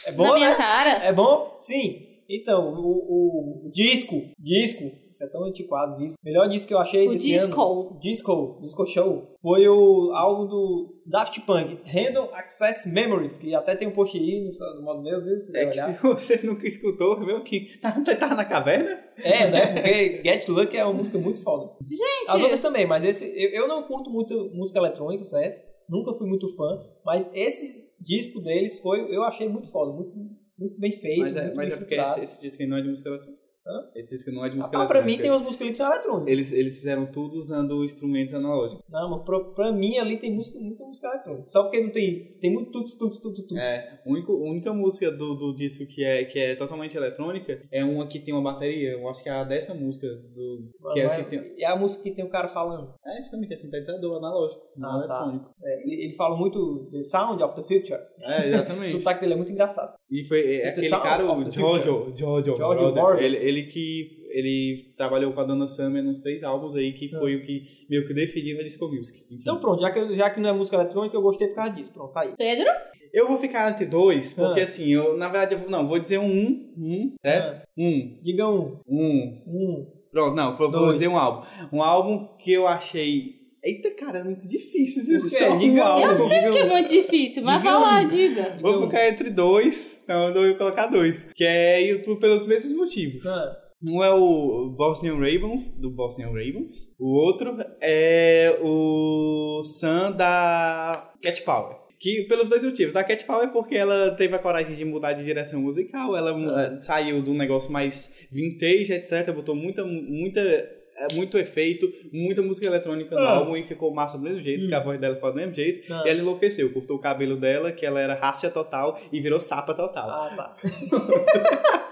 É bom,
Na minha
né?
cara.
É bom? Sim. Então, o, o disco, disco, isso é tão antiquado, disco. O melhor disco que eu achei
O
desse
disco.
ano, disco, disco show, foi o álbum do Daft Punk, Random Access Memories, que até tem um post aí no, no modo meu, viu? Se quiser
É que
olhar.
se você nunca escutou, meu que tá, tá, tá na caverna?
É, né? Porque Get Lucky é uma música muito foda. Gente! As outras também, mas esse. Eu, eu não curto muito música eletrônica, certo? Nunca fui muito fã, mas esse disco deles foi. Eu achei muito foda, muito, muito bem feito.
Mas é,
muito
mas
bem
é porque
estruturado.
esse, esse disco aí não é de música eletrônica.
tá. Hã?
Esse disco não é de
Ah,
música
pra
eletrônica.
mim tem umas músicas ali que são eletrônicas.
Eles, eles fizeram tudo usando instrumentos analógicos.
Não, mas pra, pra mim ali tem música, muita música eletrônica. Só porque não tem. Tem muito tux, tux, tux, tux.
É, o único- a única música do, do disco que é, que é totalmente eletrônica é uma que tem uma bateria. Eu acho que é a dessa música do.
Mas-
Que é,
mas-
que tem,
é a música que tem o cara falando.
é, isso também que é sintetizador analógico, não
Ah, tá.
eletrônico.
É, ele, ele fala muito The Sound of the Future.
É,
O
exatamente.
sotaque dele é muito engraçado.
E foi é,
It's the
aquele
sound
cara,
of
o
the
Jojo, Jojo, Moroder,
Moroder.
ele, ele que ele trabalhou com a Donna Summer nos três álbuns aí, que
Ah.
foi o que meio que definiu a Disco Music. Enfim.
Então pronto, já que, eu- já que não é música eletrônica, eu gostei por causa disso. Pronto, tá aí.
Pedro?
eu vou ficar entre dois, porque
Ah.
assim, eu, na verdade, eu vou, não, vou dizer um, um, certo?
Ah,
Um,
diga um.
um.
Um.
Pronto, não, vou, vou
Dois.
dizer um álbum. Um álbum que eu achei. Eita, cara, é muito difícil dizer
Por quê?
só um
Diga um.
álbum.
Eu sei
É que é muito difícil, mas
Diga
vai lá,
um.
diga.
Vou ficar entre dois, não, eu vou colocar dois. Que é ir por- pelos mesmos motivos.
Ah,
Um é o Bosnian Ravens, do Bosnian Ravens. O outro é o Sun da Cat Power. Que, pelos dois motivos. A Cat Power é porque ela teve a coragem de mudar de direção musical, ela mu-
É.
saiu de um negócio mais vintage, etc. Botou muita, muita, eh, muito efeito, muita música eletrônica no
Ah.
álbum e ficou massa do mesmo jeito,
Hum.
porque a voz dela ficou do mesmo jeito.
Ah.
E é ela enlouqueceu, cortou o cabelo dela, que ela era racha total e virou sapa total.
ah, tá.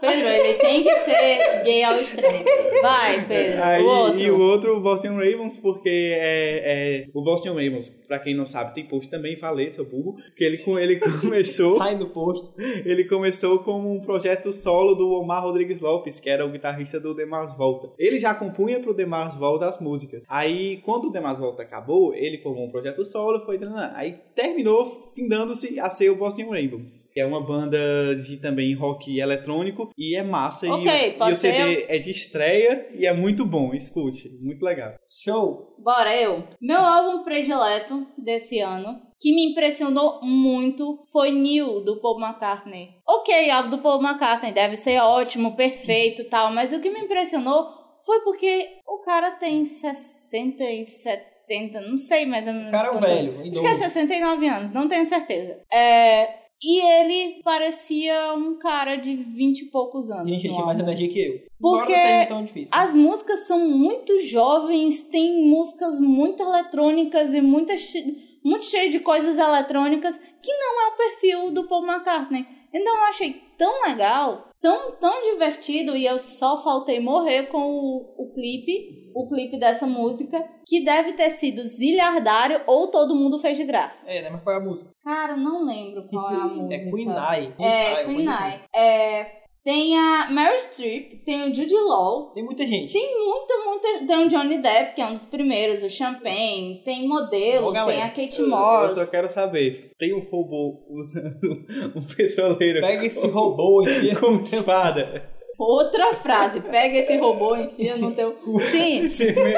Pedro, ele tem que ser gay ao extremo. Vai, Pedro.
Aí,
o outro.
E o outro, o Boston Ravens, porque é, é- o Boston Ravens, pra quem não sabe, tem post também, falei, seu burro, que ele, com- ele começou
Tá aí no post.
ele começou como um projeto solo do Omar Rodrigues Lopes, que era o guitarrista do Demars Volta. Ele já compunha pro Demars Volta as músicas. Aí, quando o Demars Volta acabou, ele formou um projeto solo, foi... tanana. Aí terminou findando-se a ser o Boston Ravens, que é uma banda de também rock eletrônico, e é massa,
Ok,
e, o, e
pode
o CD é de estreia, e é muito bom, escute, muito legal.
Show.
Bora eu. Meu álbum predileto desse ano, que me impressionou muito, foi New, do Paul McCartney. Ok, álbum do Paul McCartney deve ser ótimo, perfeito e tal, mas o que me impressionou foi porque o cara tem 60 e 70, não sei mais ou menos
O cara é um
quantos anos.
velho. um
Acho
idoso.
que é 69 anos, não tenho certeza. É, E ele parecia um cara de 20 e poucos anos.
Gente, ele
no
tinha mais
álbum.
energia que eu.
Porque
Embora não seja tão difícil.
As músicas são muito jovens, tem músicas muito eletrônicas e muita che- muito cheio de coisas eletrônicas que não é o perfil do Paul McCartney. Então eu achei tão legal, tão, tão divertido e eu só faltei morrer com o, o clipe, o clipe dessa música, que deve ter sido zilhardário ou todo mundo fez de graça.
É, né? Mas qual é a música?
Cara, eu não lembro qual é a música.
É Queen Eye.
É,
Eye, uma
Queen
coisa assim.
Eye. É, tem a Mary Streep, tem o Jude Law,
Tem muita gente.
tem muita, muita. Tem o Johnny Depp, que é um dos primeiros, o Champagne, tem modelo,
Boa
tem
galera.
a Kate
Eu-
Moss.
Eu só quero saber, tem um robô usando um petroleiro
Pega esse robô e enfia
como espada?
Outra frase, pega esse robô, enfia no teu. Sim,
Esse meme-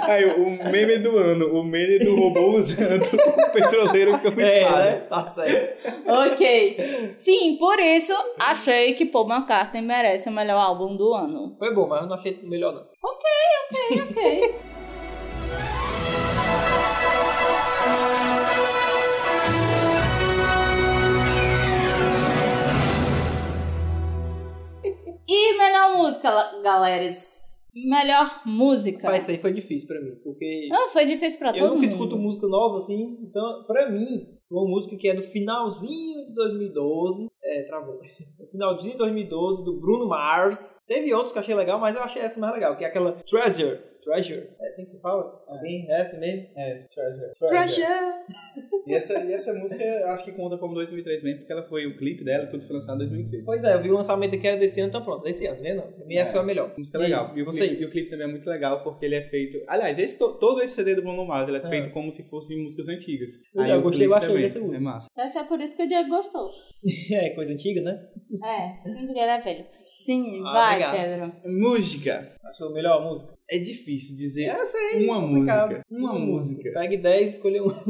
Aí, o meme do ano, o meme do robô usando o petroleiro como espada.
É, né? Tá certo.
ok. Sim, por isso achei que Paul McCartney merece o melhor álbum do ano.
Foi bom, mas eu não achei melhor, não.
Ok. E melhor música, la- galeras. Melhor música.
Mas isso aí foi difícil pra mim, porque
Não, foi difícil pra
eu
todo
nunca
mundo.
escuto música nova assim. Então, pra mim, uma música que é do finalzinho de 2012. É, travou. No finalzinho de 2012, do Bruno Mars. Teve outros que eu achei legal, mas eu achei essa mais legal, que é aquela Treasure. Treasure. É assim que se fala? Alguém? É assim mesmo?
É, Treasure.
Treasure!
E essa, e essa música acho que conta como 2003 mesmo, porque ela foi o clipe dela, tudo foi lançado em 2003.
Pois é, eu vi o lançamento que era desse ano, então pronto, desse ano, né? Não. E essa foi a melhor.
Música é legal. E o, clipe,
vocês?
e o clipe também é muito legal porque ele é feito. Aliás, esse, to- todo esse CD do Bruno Mars ele é
Ah.
feito como se fossem músicas antigas.
Legal,
Aí o
gostei
clipe
bastante
também
dessa música.
É massa.
Deve ser por isso que o Diego gostou.
É coisa antiga, né?
É, sim, porque ele é velho. Sim,
Ah,
vai,
obrigado.
Pedro.
Música.
Achou a melhor música?
É Hum. difícil dizer
eu sei.
uma
É complicado.
música. Uma música.
Pegue 10 e escolha uma.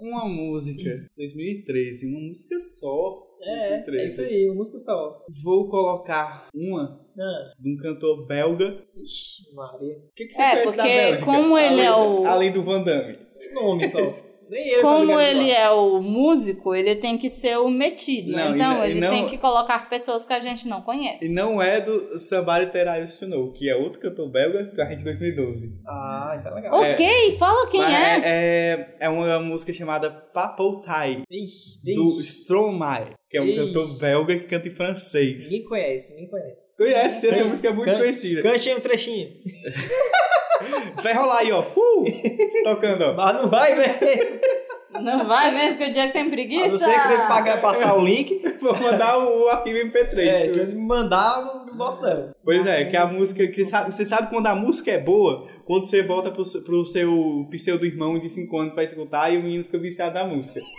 Uma música. 2013. Uma música só.
É, é
2013.
isso aí, uma música só.
Vou colocar uma
Ah,
de um cantor belga.
ixi, Maria.
O que, que você
É,
conhece da
porque
Bélgica?
como ele é
Além-
o-
Além do Van Damme.
Que nome só. Nem eu sabe
Como
o que é
ele é o músico, ele tem que ser o metido.
Não, e
então,
não- e
ele
não-
tem que colocar pessoas que a gente não conhece.
E não é do Somebody That I Used to Know, que é outro cantor belga da Rede 2012.
Ah, isso é legal.
Ok, fala quem é.
Mas é? É, é uma música chamada Papotai,
Ixi,
do
ixi.
Stromae, que é um
Ixi.
cantor belga que canta em francês.
Ninguém conhece, ninguém conhece.
Conhece? Essa
Can-
música é muito
can-
conhecida.
Cante aí um trechinho.
Vai rolar aí, ó. Uh! tocando, ó.
Mas não vai, né?
Não vai mesmo, porque o Diego tem preguiça.
A não ser que você pagar, passar o link.
Vou mandar o arquivo MP3.
É, se ele me mandar, eu não boto não.
Pois é, que a música. Que sabe- você sabe quando a música é boa, quando você volta pro, seu- pro seu pseudo irmão de 5 anos pra escutar e o menino fica viciado na música.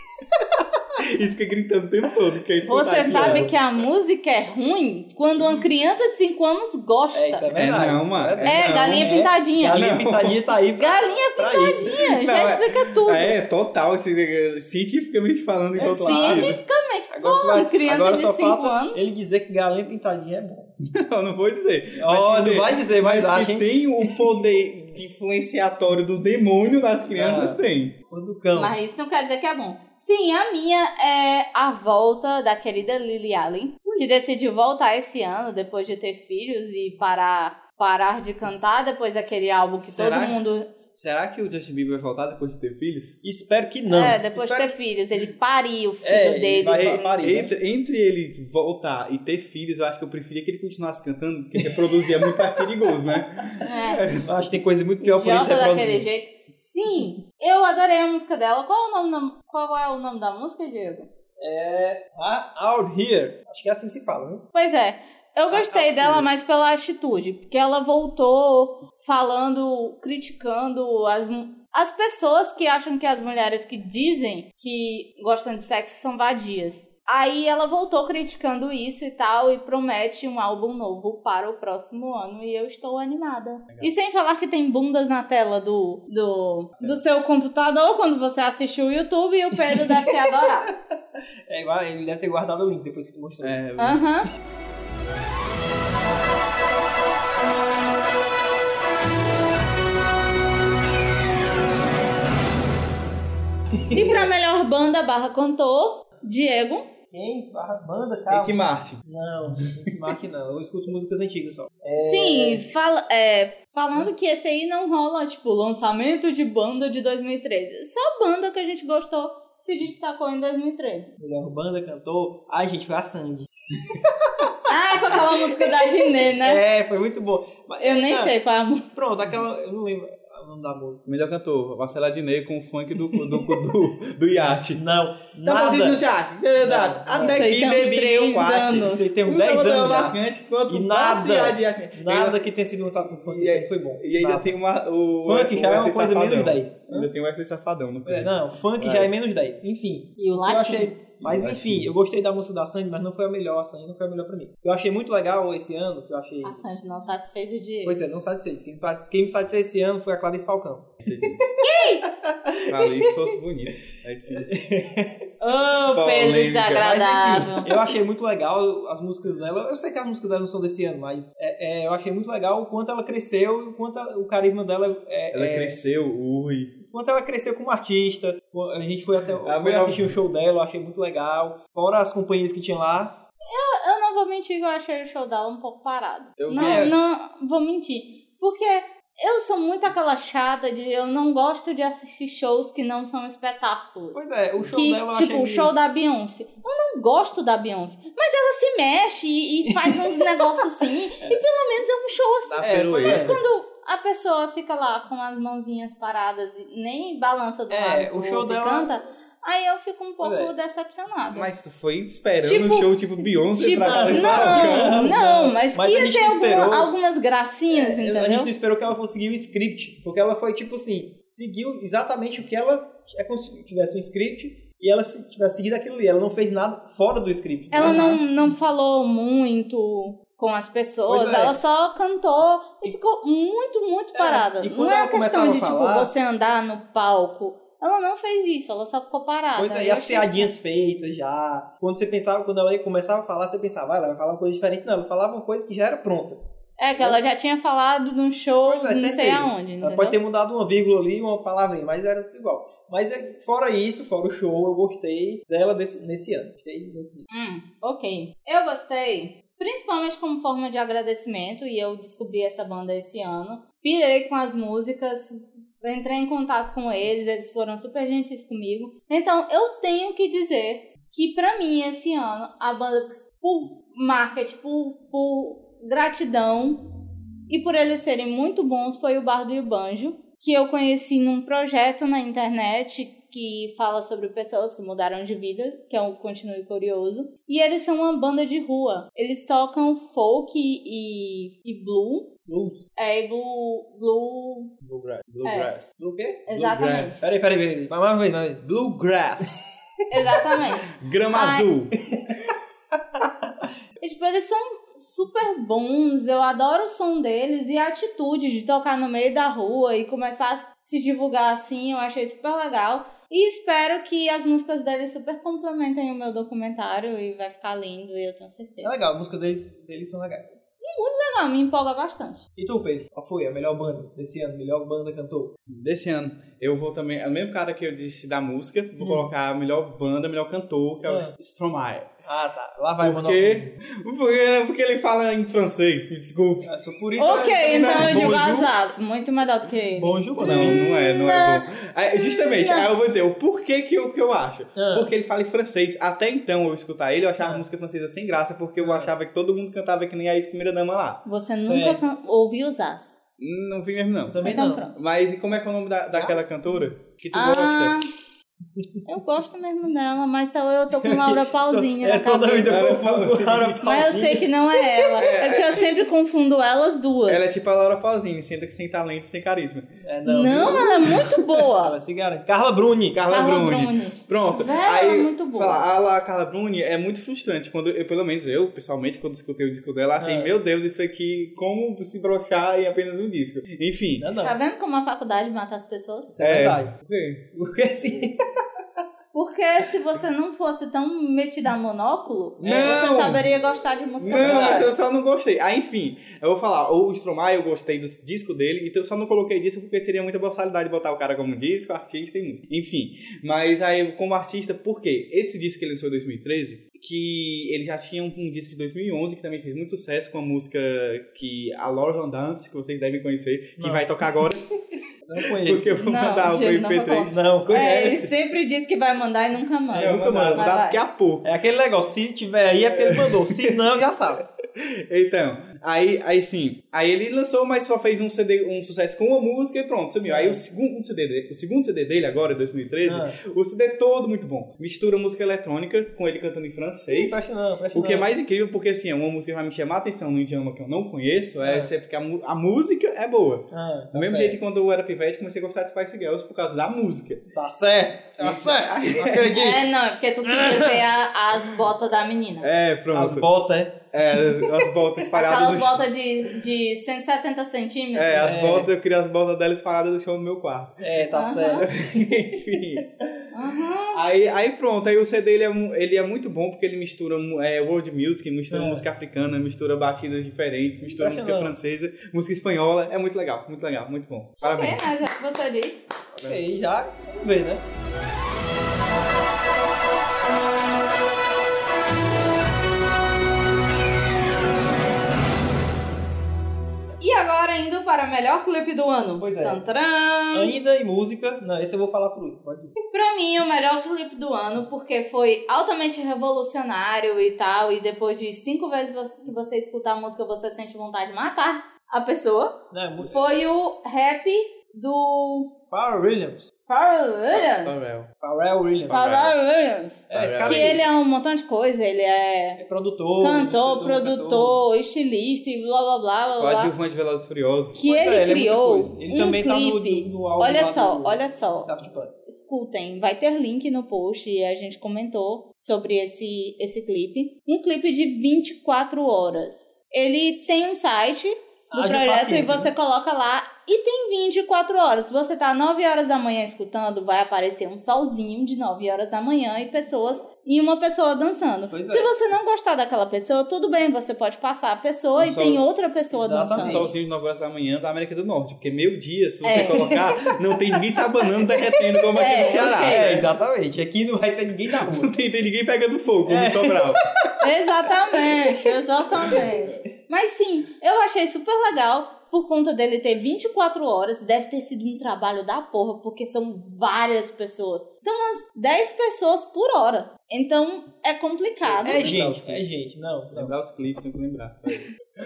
e fica gritando o tempo todo. Que é escutar
Você
aquilo.
sabe que a música é ruim quando uma criança de 5 anos gosta.
É, isso é verdade.
É, não, mano.
É,
É,
não,
galinha
é.
pintadinha.
Galinha pintadinha tá aí pra,
Galinha
pra isso.
pintadinha, já
Não, é-
explica tudo.
É, total. eh, esse- Cientificamente falando, em todo lado.
Cientificamente.
Agora, tu vai-
Pô, criança
agora
de
só
5
falta
anos.
ele dizer que galinha pintadinha é bom.
Não, não vou dizer. Mas
Ó,
que
não
tem-
vai dizer, mas,
Mas
acha,
que
hein?
tem o poder de influenciatório do demônio nas crianças,
Ah.
tem.
Cor do cão.
Mas isso não quer dizer que é bom. Sim, a minha é a volta da querida Lily Allen, que decidiu voltar esse ano depois de ter filhos e parar, parar de cantar depois daquele álbum que
Será?
todo mundo.
Será que o Justin Bieber vai voltar depois de ter filhos?
Espero que não.
é, depois
Espero
de ter filhos. Ele pariu o filho
É, ele
dele.
vai-
com-
pariu, né?
entre, entre ele voltar e ter filhos, eu acho que eu preferia que ele continuasse cantando, porque reproduzir é muito mais perigoso, né?
É.
Eu Acho que tem coisa muito pior por isso
idiota daquele
reproduzir.
jeito. Sim, eu adorei a música dela. Qual é o nome da, qual é o nome da música, Diego?
É. ah, Out here. Acho que é assim que se fala, né?
Pois é, eu gostei dela mais pela atitude, porque ela voltou falando, criticando as, mu- as pessoas que acham que as mulheres que dizem que gostam de sexo são vadias. Aí ela voltou criticando isso e tal, e promete um álbum novo para o próximo ano, e eu estou animada. E sem falar que tem bundas na tela do, do, do seu computador quando você assistiu o YouTube, e o Pedro deve ter adorado.
É, igual- ele deve ter guardado o link depois que tu mostrou.
É,
Aham. E pra melhor banda barra cantor, Diego.
Quem? Barra banda, cara.
Rick Martin.
Não, Mark não. Eu escuto músicas antigas só.
Sim, fala, é, falando que esse aí não rola, tipo, lançamento de banda de 2013. Só banda que a gente gostou se destacou em 2013.
Melhor banda, cantor. Ai, gente, foi a Sandy.
Ah, com aquela música da Giné, né?
É, foi muito bom. Mas,
Eu nem
cara,
sei qual é a música.
Pronto, aquela. Eu não lembro o nome da música.
Melhor cantor, Marcelo Adnet com o funk do, do, do, do iate.
Não,
Tá fazendo
nada.
já, é verdade.
Não, não.
Até
Isso aí
que
tem uns
bebi
três
meu
anos.
iate.
Isso aí tem um uns 10
Muito
anos já.
marcante, quanto
E nada.
passear de iate.
Nada que tenha sido lançado com funk
E aí-
sempre foi bom.
E ainda
Nada.
tem uma, o.
Tá. Funk
o
já é uma
Wesley
coisa
Safadão.
menos 10.
Ainda tem o Wesley Safadão no
É,
filme.
não, funk já é menos 10. Enfim.
E o
Eu
latim.
achei. Mas
Latim.
enfim, eu gostei da música da Sandy, mas não foi a melhor. A Sandy não foi a melhor pra mim. Eu achei muito legal esse ano, que eu achei.
A Sandy não satisfez o Diego.
Pois é, não satisfez. Quem, faz- quem me satisfez esse ano foi a Clarice Falcão.
Falei se fosse bonito. Aí te-
Ô, Pedro
Polêmica.
desagradável.
Eu achei muito legal as músicas dela. Eu sei que as músicas dela não são desse ano, mas é, é, eu achei muito legal o quanto ela cresceu e o quanto a- o carisma dela é,
Ela
é,
cresceu, ui.
quanto ela cresceu como artista. A gente foi até
A
foi
melhor-
assistir o show dela, eu achei muito legal. Fora as companhias que tinha lá.
Eu não vou mentir que eu achei o show dela um pouco parado.
Eu
não,
vi-
não vou mentir. Porque eu sou muito aquela chata de eu não gosto de assistir shows que não são espetáculos.
Pois é, o show
que,
dela eu achei.
tipo, o
meio-
show da Beyoncé. Eu não gosto da Beyoncé. Mas ela se mexe e, e faz uns negócios assim. E pelo menos é um show assim.
Da
É, pois
Mas
pirueta.
quando a pessoa fica lá com as mãozinhas paradas e nem balança do
É,
lado pro
o show
outro e
dela-
canta, aí eu fico um pouco
é.
decepcionada.
Mas tu foi esperando
Tipo-
um show tipo Beyoncé
tipo,
pra
não,
não, não, mas,
Mas a
que
gente
ter alguma-
esperou.
algumas gracinhas,
É, A gente
entendeu?
não esperou que ela fosse seguir o script, porque ela foi tipo assim, seguiu exatamente o que ela é como se tivesse um script e ela se- tivesse seguido aquilo ali. Ela não fez nada fora do script.
Ela não, não falou muito com as pessoas,
Pois é.
ela só cantou e ficou muito, muito
É,
parada.
e quando
não é
ela
questão
começava a
de, tipo,
falar-
você andar no palco. Ela não fez isso, ela só ficou parada.
Pois é, e
Eu
as
achei
piadinhas feitas já. Quando você pensava, quando ela começava a falar, você pensava, ah, ela vai falar uma coisa diferente. Não, ela falava uma coisa que já era pronta.
É, que ela já tinha falado num show,
Pois é,
não sei
certeza.
aonde,
Ela
entendeu?
pode ter mudado uma vírgula ali, uma palavra aí, mas era igual. Mas é, fora isso, fora o show, eu gostei dela desse, nesse ano. Gostei muito disso.
Hum, ok. Eu gostei, principalmente como forma de agradecimento, e eu descobri essa banda esse ano. Pirei com as músicas, entrei em contato com eles, eles foram super gentis comigo. Então, eu tenho que dizer que pra mim, esse ano, a banda, por marketing, por, por gratidão, e por eles serem muito bons, foi o Bardo e o Banjo, que eu conheci num projeto na internet que fala sobre pessoas que mudaram de vida, que é o Continue Curioso. E eles são uma banda de rua. Eles tocam folk e, e blue.
Blues.
É, e blue, blue...
Bluegrass. Bluegrass.
Blue o quê?
É. Exatamente.
Peraí, peraí, peraí. Mais uma vez, mais uma vez. Bluegrass.
Exatamente.
Grama
Ai.
azul.
E, tipo, eles são super bons, eu adoro o som deles e a atitude de tocar no meio da rua e começar a se divulgar assim, eu achei super legal. E espero que as músicas deles super complementem o meu documentário e vai ficar lindo, eu tenho
É
certeza.
legal, a música deles, deles são legais.
Legal, me empolga bastante.
E tu, Pedro? Qual foi a melhor banda desse ano? Melhor banda cantor?
Desse ano, eu vou também. É o mesmo cara que eu disse da música, vou colocar a melhor banda, melhor cantor, que é o
Ah.
Stromae.
Ah, tá. Lá vai,
Por
mano.
quê? Porque, porque ele fala em francês, me desculpe.
Ah, só por isso
Ok, então
é
eu digo
Bonjour.
Azaz, muito melhor do que ele.
Bonjour,
Não,
né?
Hum.
não é, não é bom. Aí, justamente, aí eu vou dizer o porquê que eu, que eu acho.
Ah.
Porque ele fala em francês. Até então, eu escutar ele, eu achava a música francesa sem graça, porque eu achava que todo mundo cantava que nem a ex-primeira dama lá.
Você
Sério.
nunca can- ouviu Zaz.
Não vi mesmo, não.
Também
Então
não.
pronto.
Mas e como é que é o nome da, daquela cantora que tu gosta?
Ah, eu gosto mesmo dela, mas então eu tô com Laura Pauzinha
é
na
toda
cabeça.
vida eu confundo
Laura
Laura
Mas eu sei que não é ela. É porque eu sempre confundo elas duas.
Ela é tipo a Laura Pausini, senta que sem talento, sem carisma.
É,
Não,
não. viu?
ela é muito boa.
Ela se garante. Carla Bruni.
Carla,
Carla
é Bruni.
Bruni.
Pronto.
Velho, ela é
Aí,
muito boa.
Falar, a La Carla Bruni é muito frustrante. Quando eu, pelo menos eu, pessoalmente, quando escutei o disco dela, achei,
É.
meu Deus, isso aqui, como se brochar em apenas um disco. Enfim.
Não,
Tá
não.
vendo como a faculdade mata as pessoas?
Isso é,
É.
verdade.
Ok.
Porque assim.
Porque se você não fosse tão metida a monóculo, você
Não!
saberia gostar de música
Não, mas
brasileira.
eu só não gostei. Ah, enfim, eu vou falar, o Stromae eu gostei do disco dele, então eu só não coloquei disco porque seria muita boçalidade botar o cara como disco, artista e música. Enfim, mas aí como artista, por quê? Esse disco que ele lançou em 2013, que ele já tinha um, um disco de 2011 que também fez muito sucesso com a música que a Laura Van Dance, que vocês devem conhecer, que
Não.
vai tocar agora,
Não conheço.
porque eu vou
Não,
mandar o
Diego, não
MP3.
concordo.
Não,
É, ele
conhece.
sempre diz que vai mandar e nunca manda.
É, Eu vou
mando.
mandar,
Vai,
mandar
vai.
daqui a pouco.
É aquele negócio, se tiver aí é porque ele mandou, se não, já sabe.
Então, aí, aí sim. Aí ele lançou, mas só fez um CD, um sucesso com uma música e pronto, sumiu. Aí o segundo CD, de- o segundo CD dele agora, 2013,
Ah.
o CD todo muito bom. Mistura música eletrônica com ele cantando em francês.
Presta não, presta
O que é
não.
mais incrível, porque assim, é uma música que vai me chamar a atenção num idioma que eu não conheço, é,
Ah.
se é porque a, mu- a música é boa.
Ah, tá
Do mesmo
certo.
jeito que quando eu era pivete, comecei a gostar de Spice Girls por causa da música.
Tá certo, tá certo. Acredito.
É, não, é porque tu queria ter a- as botas da menina.
É, pronto.
As botas, é.
É, as botas espalhadas
Aquelas
no chão.
botas de, de 170 centímetros.
É, as
É.
botas, eu queria as botas dela espalhadas no chão do meu quarto.
É, tá
Aham.
certo.
Enfim.
Aham.
Aí, aí pronto, aí o CD ele é, mu- ele é muito bom porque ele mistura mu- é, world music, mistura
É.
música africana, mistura batidas diferentes, mistura música
Bacana.
francesa, música espanhola. É muito legal, muito legal, muito bom.
Ok,
Parabéns.
né, já que você disse.
Ok, já, vamos ver, né?
E agora indo para o melhor clipe do ano.
Pois é.
Tantran.
Ainda em música, não, esse eu vou falar por último, pode ir.
Pra mim, o melhor clipe do ano, porque foi altamente revolucionário e tal, e depois de cinco vezes vo- que você escutar a música, você sente vontade de matar a pessoa
Não, é muito...
foi o rap do
Pharrell Williams.
Pharrell Williams.
Pharrell.
Pharrell Williams.
Pharrell Williams.
É, esse cara
Que
aí
ele é um montão de coisa. Ele é
é produtor.
cantor,
instrutor,
produtor, estilista e blá blá blá blá blá.
Coadjuvante Velozes e Furiosos.
Que
Pois
ele
é, ele é
criou
muita coisa. Ele
um
também tá no-
clipe.
no- no álbum
olha
lá
só,
do- Tá
olha só.
Daft Punk.
Escutem, vai ter link no post e a gente comentou sobre esse, esse clipe. Um clipe de 24 horas. Ele tem um site do
Haja
projeto e
Ah, paciência, né?
você coloca lá e tem 24 horas. Você tá 9 horas da manhã escutando, vai aparecer um solzinho de 9 horas da manhã e pessoas e uma pessoa dançando.
Pois é.
Se você não gostar daquela pessoa, tudo bem, você pode passar a pessoa
Um
e
sol-
tem outra pessoa
Exatamente.
dançando.
Solzinho de 9 horas da manhã da América do Norte. Porque meio-dia, se você
É.
colocar, não tem ninguém se abanando, derretendo como aqui
É,
no Ceará.
ok.
É, exatamente. Aqui não vai ter ninguém na rua.
Não tem, tem ninguém pegando fogo, como
É.
em Sobral.
Exatamente, exatamente. Mas sim, eu achei super legal por conta dele ter 24 horas. Deve ter sido um trabalho da porra, porque são várias pessoas. São umas 10 pessoas por hora. Então é complicado.
É gente, é gente. Não, não.
Lembrar os clipes, tem que lembrar.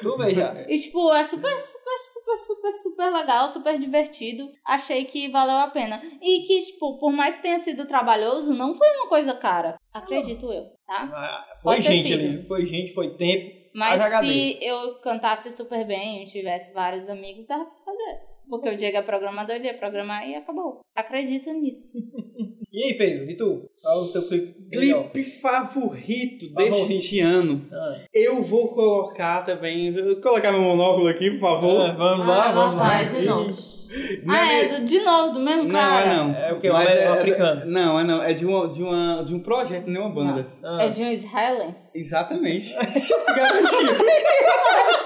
Tu vê já.
E tipo, é super, super, super, super, super legal, super divertido. Achei que valeu a pena. E que, tipo, por mais que tenha sido trabalhoso, não foi uma coisa cara. Acredito eu, tá?
Ah, Foi
Pode ter
gente
sido.
ali. Foi gente, foi tempo.
Mas
Haja
se eu cantasse super bem e tivesse vários amigos, dava pra fazer. Porque o Diego é programador, ele ia programar e acabou. Acredito nisso.
E aí, Pedro? E tu? Qual o teu clipe? melhor?
Clipe favorito
Favorito.
deste ano.
Ah,
Eu vou colocar também. vou colocar meu monóculo aqui, por favor.
ah, vamos lá,
Ah,
vamos lá.
vai, de novo.
Não
Ah,
é-
é do- de novo, do mesmo
Não, é
cara?
não.
É o quê?
Mas
Um africano?
Não, é não. É de, uma, de, uma, de um projeto, não é uma banda.
Ah.
É de um israelense.
Exatamente. Se garantiu.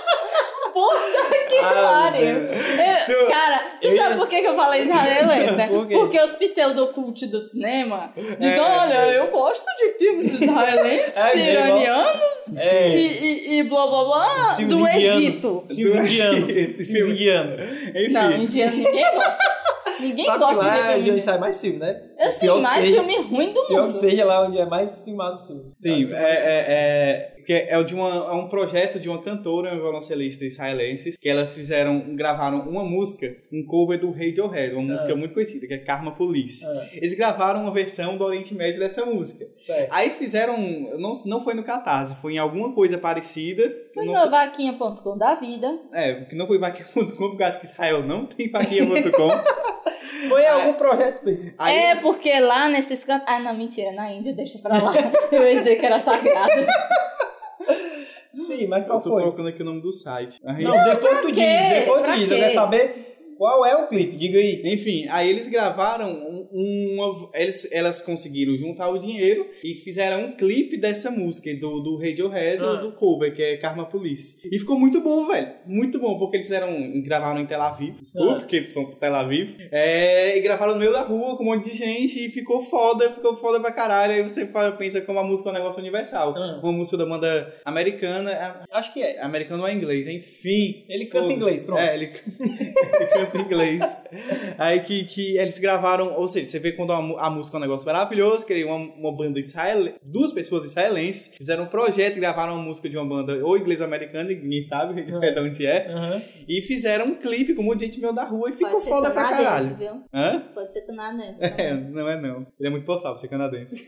Puta que
Ah, meu
pariu! Eu-
Tu-
Cara, tu
Eu
sabe
ia-
por que que eu falei israelense, né?
Por quê?
Porque os pseudocult do cinema dizem,
É.
olha, eu gosto de filmes israelenses,
É mesmo.
iranianos
É.
e, e, e blá blá blá
Os filmes
do
indianos.
Egito.
Filmes indianos.
Filmes-
Filmes indianos.
Enfim.
Não, indiano ninguém gosta. Ninguém
Sabe que
gosta de
lá é
ver
onde
filme.
sai mais filme, né?
Eu sei,
pior que
mais
seja-
filme ruim do
Pior que
mundo.
seja lá onde é mais filmado o filme.
Sim,
Sabe?
é, é, é, que é, o de uma, é um projeto de uma cantora, uma violoncelista israelense, que elas fizeram, gravaram uma música, um cover do Radiohead, uma música muito conhecida, que é Karma Police.
Ah,
Eles gravaram uma versão do Oriente Médio dessa música.
certo.
Aí fizeram, um, não, não foi no Catarse, foi em alguma coisa parecida. que
Foi
não
no vaquinha.com da vida.
sei- é, que não foi vaquinha.com, porque acho que Israel não tem vaquinha.com.
Foi
É.
algum projeto desse.
Aí
é,
eles-
porque lá nesses cantos... Ah, não, mentira. Na Índia, deixa pra lá. Eu ia dizer que era sagrado.
Sim, mas
Eu
qual
tô
foi?
colocando aqui o nome do site. Aí-
Não, depois tu
quê?
diz, depois tu
Pra
diz.
quê?
Eu quero saber qual é o clipe, diga aí.
Enfim, aí eles gravaram um- uma. Eles, elas conseguiram juntar o dinheiro e fizeram um clipe dessa música, do, do Radiohead ou
Ah.
do cover, que é Karma Police. E ficou muito bom, velho. Muito bom, porque eles fizeram. Gravaram em Tel Aviv, desculpa,
Ah.
porque eles foram pra Tel Aviv. É, e gravaram no meio da rua com um monte de gente e ficou foda, ficou foda pra caralho. Aí você fala, pensa como a música é um negócio universal.
Ah.
Uma música da banda americana. é-
Acho que é.
Americano ou é inglês, enfim.
Ele canta em inglês, pronto.
É, ele, ele canta em inglês. Aí que, que eles gravaram, ou seja, você vê quando a, mu- a música é um negócio maravilhoso, que aí uma, uma banda israelense, duas pessoas israelenses, fizeram um projeto, gravaram uma música de uma banda ou inglesa ou americana, ninguém sabe de onde é,
Aham.
e fizeram um clipe com um monte de gente meio da rua e ficou
Pode ser
foda pra
canadense,
caralho.
viu?
Hã?
Pode ser canadense.
É,
também.
não é não. Ele é muito postal, você é canadense.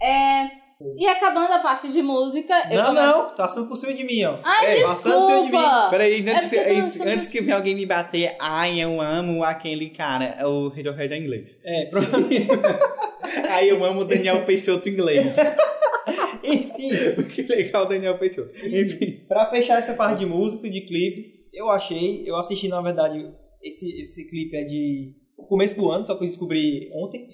É... E acabando a parte de música... eu
Não,
começo-
não. Tá sendo por cima de mim, ó.
Ai,
Ei,
passando cima de mim.
desculpa!
Peraí, antes,
É porque tu-
antes,
você não-
antes que venha alguém me bater, ai, eu amo aquele cara, o Radiohead é inglês.
É, pronto.
Aí eu amo o Daniel Peixoto inglês.
Enfim,
que legal o Daniel Peixoto. Enfim.
pra fechar essa parte de música, e de clipes, eu achei, eu assisti, na verdade, esse, esse clipe é de começo do ano, só que eu descobri ontem.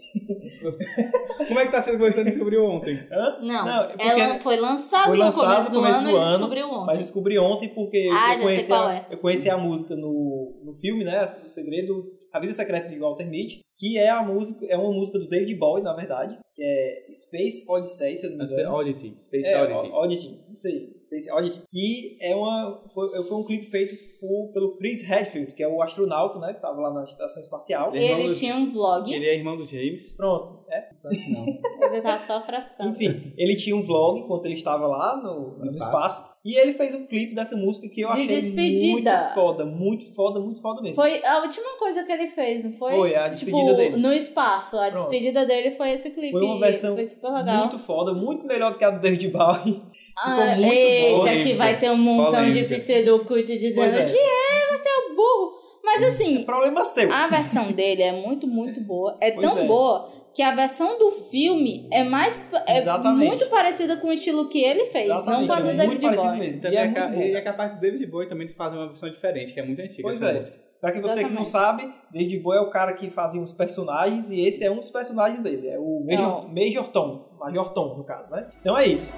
Como é que tá sendo que você descobriu ontem?
Hã?
Não,
Não, é porque
ela foi lançada
foi
no
lançado
começo
no
do
começo
ano
do
e ele
ano,
descobriu
Mas
ontem.
descobri ontem porque
Ah, já
eu,
sei
conheci
qual
a,
é.
eu conheci a música no, no filme, né? O segredo, A Vida Secreta de Walter Mitty, que é a música, é uma música do David Bowie, na verdade, que é Space Odyssey, se eu não me engano.
Oddity. Space
É, Oddity. isso aí. Space Oddity. Que é uma, foi, foi um clipe feito por- pelo Chris Hadfield, que é o astronauta, né? Que tava lá na estação espacial.
É.
Ele tinha um vlog.
Ele é irmão do James.
Pronto, é.
Não.
Ele tá só frascando.
Enfim, ele tinha um vlog enquanto ele estava lá no, no
espaço.
espaço. E ele fez um clipe dessa música que eu
De
achei
despedida.
muito foda, muito foda, muito foda mesmo.
Foi a última coisa que ele fez, não foi?
Foi a
Tipo,
despedida dele.
no espaço. A
Pronto.
despedida dele foi esse clipe.
Foi uma versão
Foi super legal.
Muito foda, muito melhor do que a do David Bowie.
Ah,
ficou muito
eita,
boa.
que vai ter um montão
Polêmica.
de pseudocult dizendo:
Pois é.
Diego, você é um burro. Mas assim,
Problema seu.
a versão dele é muito, muito boa. É
Pois
tão
é.
boa que a versão do filme é mais. É
Exatamente.
muito parecida com o estilo que ele fez, não
Exatamente,
com a do
é muito
David
parecido
Boy.
mesmo.
Também
e é
é, ca-
muito bom.
e é capaz do David Bowie também fazer uma versão diferente, que é muito antiga
Pois
essa
é.
música.
Pra que você que não
Exatamente.
sabe, David Bowie é o cara que fazia uns personagens e esse é um dos personagens dele. É o Major,
Não.
Major Tom. Major Tom, no caso, né? Então é isso.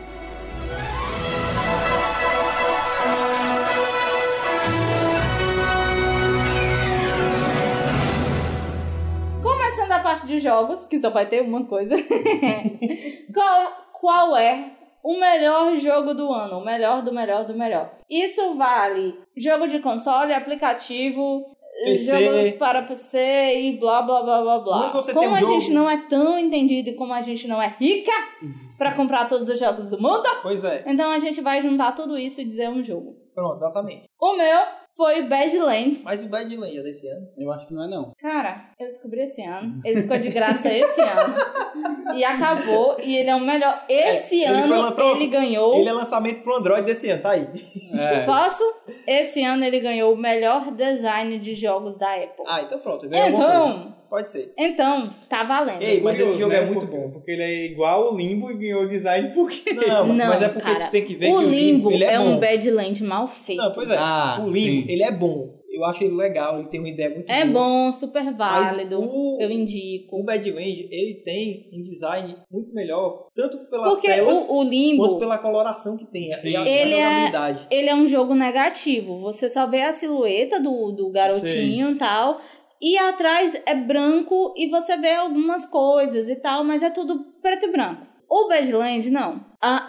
Começando a parte de jogos, que só vai ter uma coisa. qual, qual é o melhor jogo do ano? O melhor do melhor do melhor. Isso vale jogo de console, aplicativo,
PC.
jogos para PC e blá blá blá blá blá.
Quando você tem
como
um
a
jogo-
gente não é tão entendido e como a gente não é rica
Uhum.
pra comprar todos os jogos do mundo,
Pois é.
então a gente vai juntar tudo isso e dizer um jogo.
Pronto, exatamente.
O meu foi Badlands.
Mas o Badlands é desse ano.
Eu acho que não é, não.
Cara, eu descobri esse ano. Ele ficou de graça esse ano. E acabou. E ele é o melhor. Esse
É, ele foi lá,
ano
pronto.
ele ganhou.
Ele é lançamento pro Android desse ano, tá aí.
É.
Posso? Esse ano ele ganhou o melhor design de jogos da Apple.
Ah, então pronto. ganhou alguma
Então,
coisa. Pode ser.
então, tá valendo.
Ei, mas
Curioso,
esse jogo
né?
é muito
Porque-
bom.
Porque ele é igual o Limbo e ganhou o design porque...
Não,
Não,
mas é porque
cara.
tu tem que ver
o
que
Limbo
o Limbo ele
é,
é, bom.
um Badland mal feito.
Não, pois é.
Ah,
o Limbo,
sim.
ele é bom. Eu acho ele legal, ele tem uma ideia muito
é
boa.
bom, super
Mas
válido.
o-
Eu indico.
O Badland, ele tem um design muito melhor, tanto pelas
Porque
telas,
o, o Limbo.
quanto pela coloração que tem.
Sim.
E a,
Ele
a
é-
jogabilidade.
ele é um jogo negativo. Você só vê a silhueta do, do garotinho e tal. E atrás é branco e você vê algumas coisas e tal, mas é tudo preto e branco. O Badland, não. A,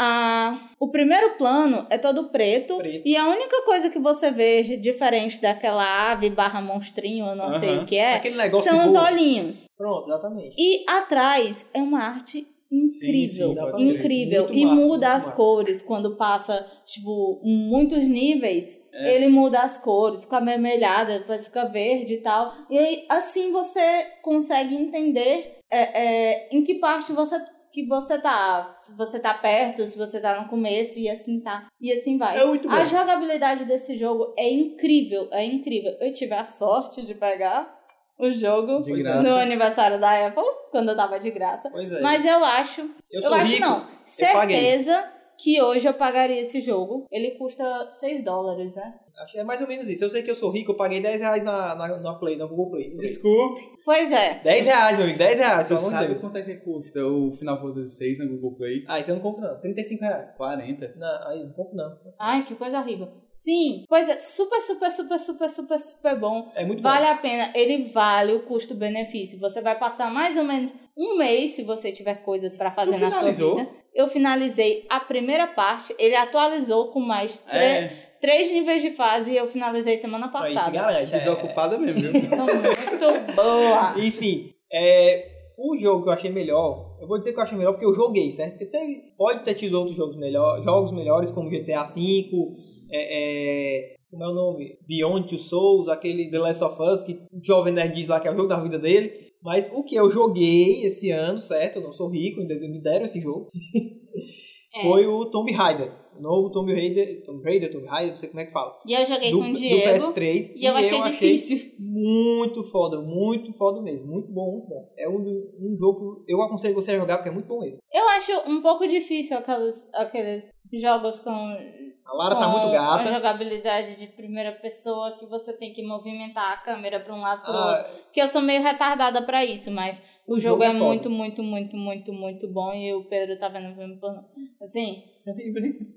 a- o primeiro plano é todo preto,
Preto.
E a única coisa que você vê diferente daquela ave barra monstrinho, eu não sei
Aham.
o que é,
Aquele negócio
são
que
os
voa.
olhinhos.
Pronto, exatamente.
E atrás é uma arte incrível,
Sim, sim, pode crer.
incrível.
Muito
E
massa,
muda
muito
as
massa.
cores quando passa, tipo, muitos níveis.
É.
Ele muda as cores, fica avermelhada, depois fica verde e tal. E aí, assim você consegue entender é, é, em que parte você que você tá. Você tá perto, se você tá no começo, e assim tá. E assim vai.
É muito bom.
A jogabilidade desse jogo é incrível, é incrível. Eu tive a sorte de pegar o jogo
De
no
graça.
aniversário da Apple, quando eu tava de graça.
Pois é.
Mas eu acho, eu,
eu sou
acho
rico.
não, certeza que hoje eu pagaria esse jogo. Ele custa 6 dólares, né?
Acho que É mais ou menos isso. Eu sei que eu sou rico, eu paguei 10 reais na, na, na Play, na Google Play.
Desculpe.
Pois é.
10 reais, meu amigo, 10 reais,
Você
pelo amor de
sabe
Deus.
quanto é que custa o Final Fantasy VI na Google Play?
Ah, isso eu não compro não. 35 reais.
40.
Não, aí eu não compro não.
Ai, que coisa horrível. Sim, pois é, super, super, super, super, super, super bom.
É muito bom.
Vale a pena, ele vale o custo-benefício. Você vai passar mais ou menos um mês se você tiver coisas pra fazer
Tu
na sua
finalizou?
vida. Eu finalizei a primeira parte, ele atualizou com mais tre-
É,
três níveis de fase e eu finalizei semana
Aí se
passada.
garante. é.
desocupada mesmo, viu?
São muito boa.
Enfim, é, o jogo que eu achei melhor, eu vou dizer que eu achei melhor porque eu joguei, certo? Porque teve- pode ter tido outros jogos, melhor, jogos melhores, como GTA V, é, é, como é o nome? Beyond Two Souls, aquele The Last of Us, que o Jovem Nerd diz lá que é o jogo da vida dele. Mas o que eu joguei esse ano, certo? Eu não sou rico, ainda me deram esse jogo.
É.
Foi o Tomb Raider. O novo Tomb Raider, Tomb Raider, Tomb Raider, não sei como é que fala.
E eu joguei
Do,
com o
do
Diego.
PS3.
E eu achei difícil.
Muito foda, muito foda mesmo. Muito bom, muito bom. É um, do- um jogo que eu aconselho você a jogar porque é muito bom mesmo.
Eu acho um pouco difícil aqueles, aqueles jogos com
A Lara tá
com
muito
A
gata.
jogabilidade de primeira pessoa que você tem que movimentar a câmera pra um lado pro outro.
Ah,
Porque eu sou meio retardada pra isso, mas o,
O
jogo,
jogo é
é,
foda.
muito, muito, muito, muito, muito bom e o Pedro tá vendo o filme pornô. Assim,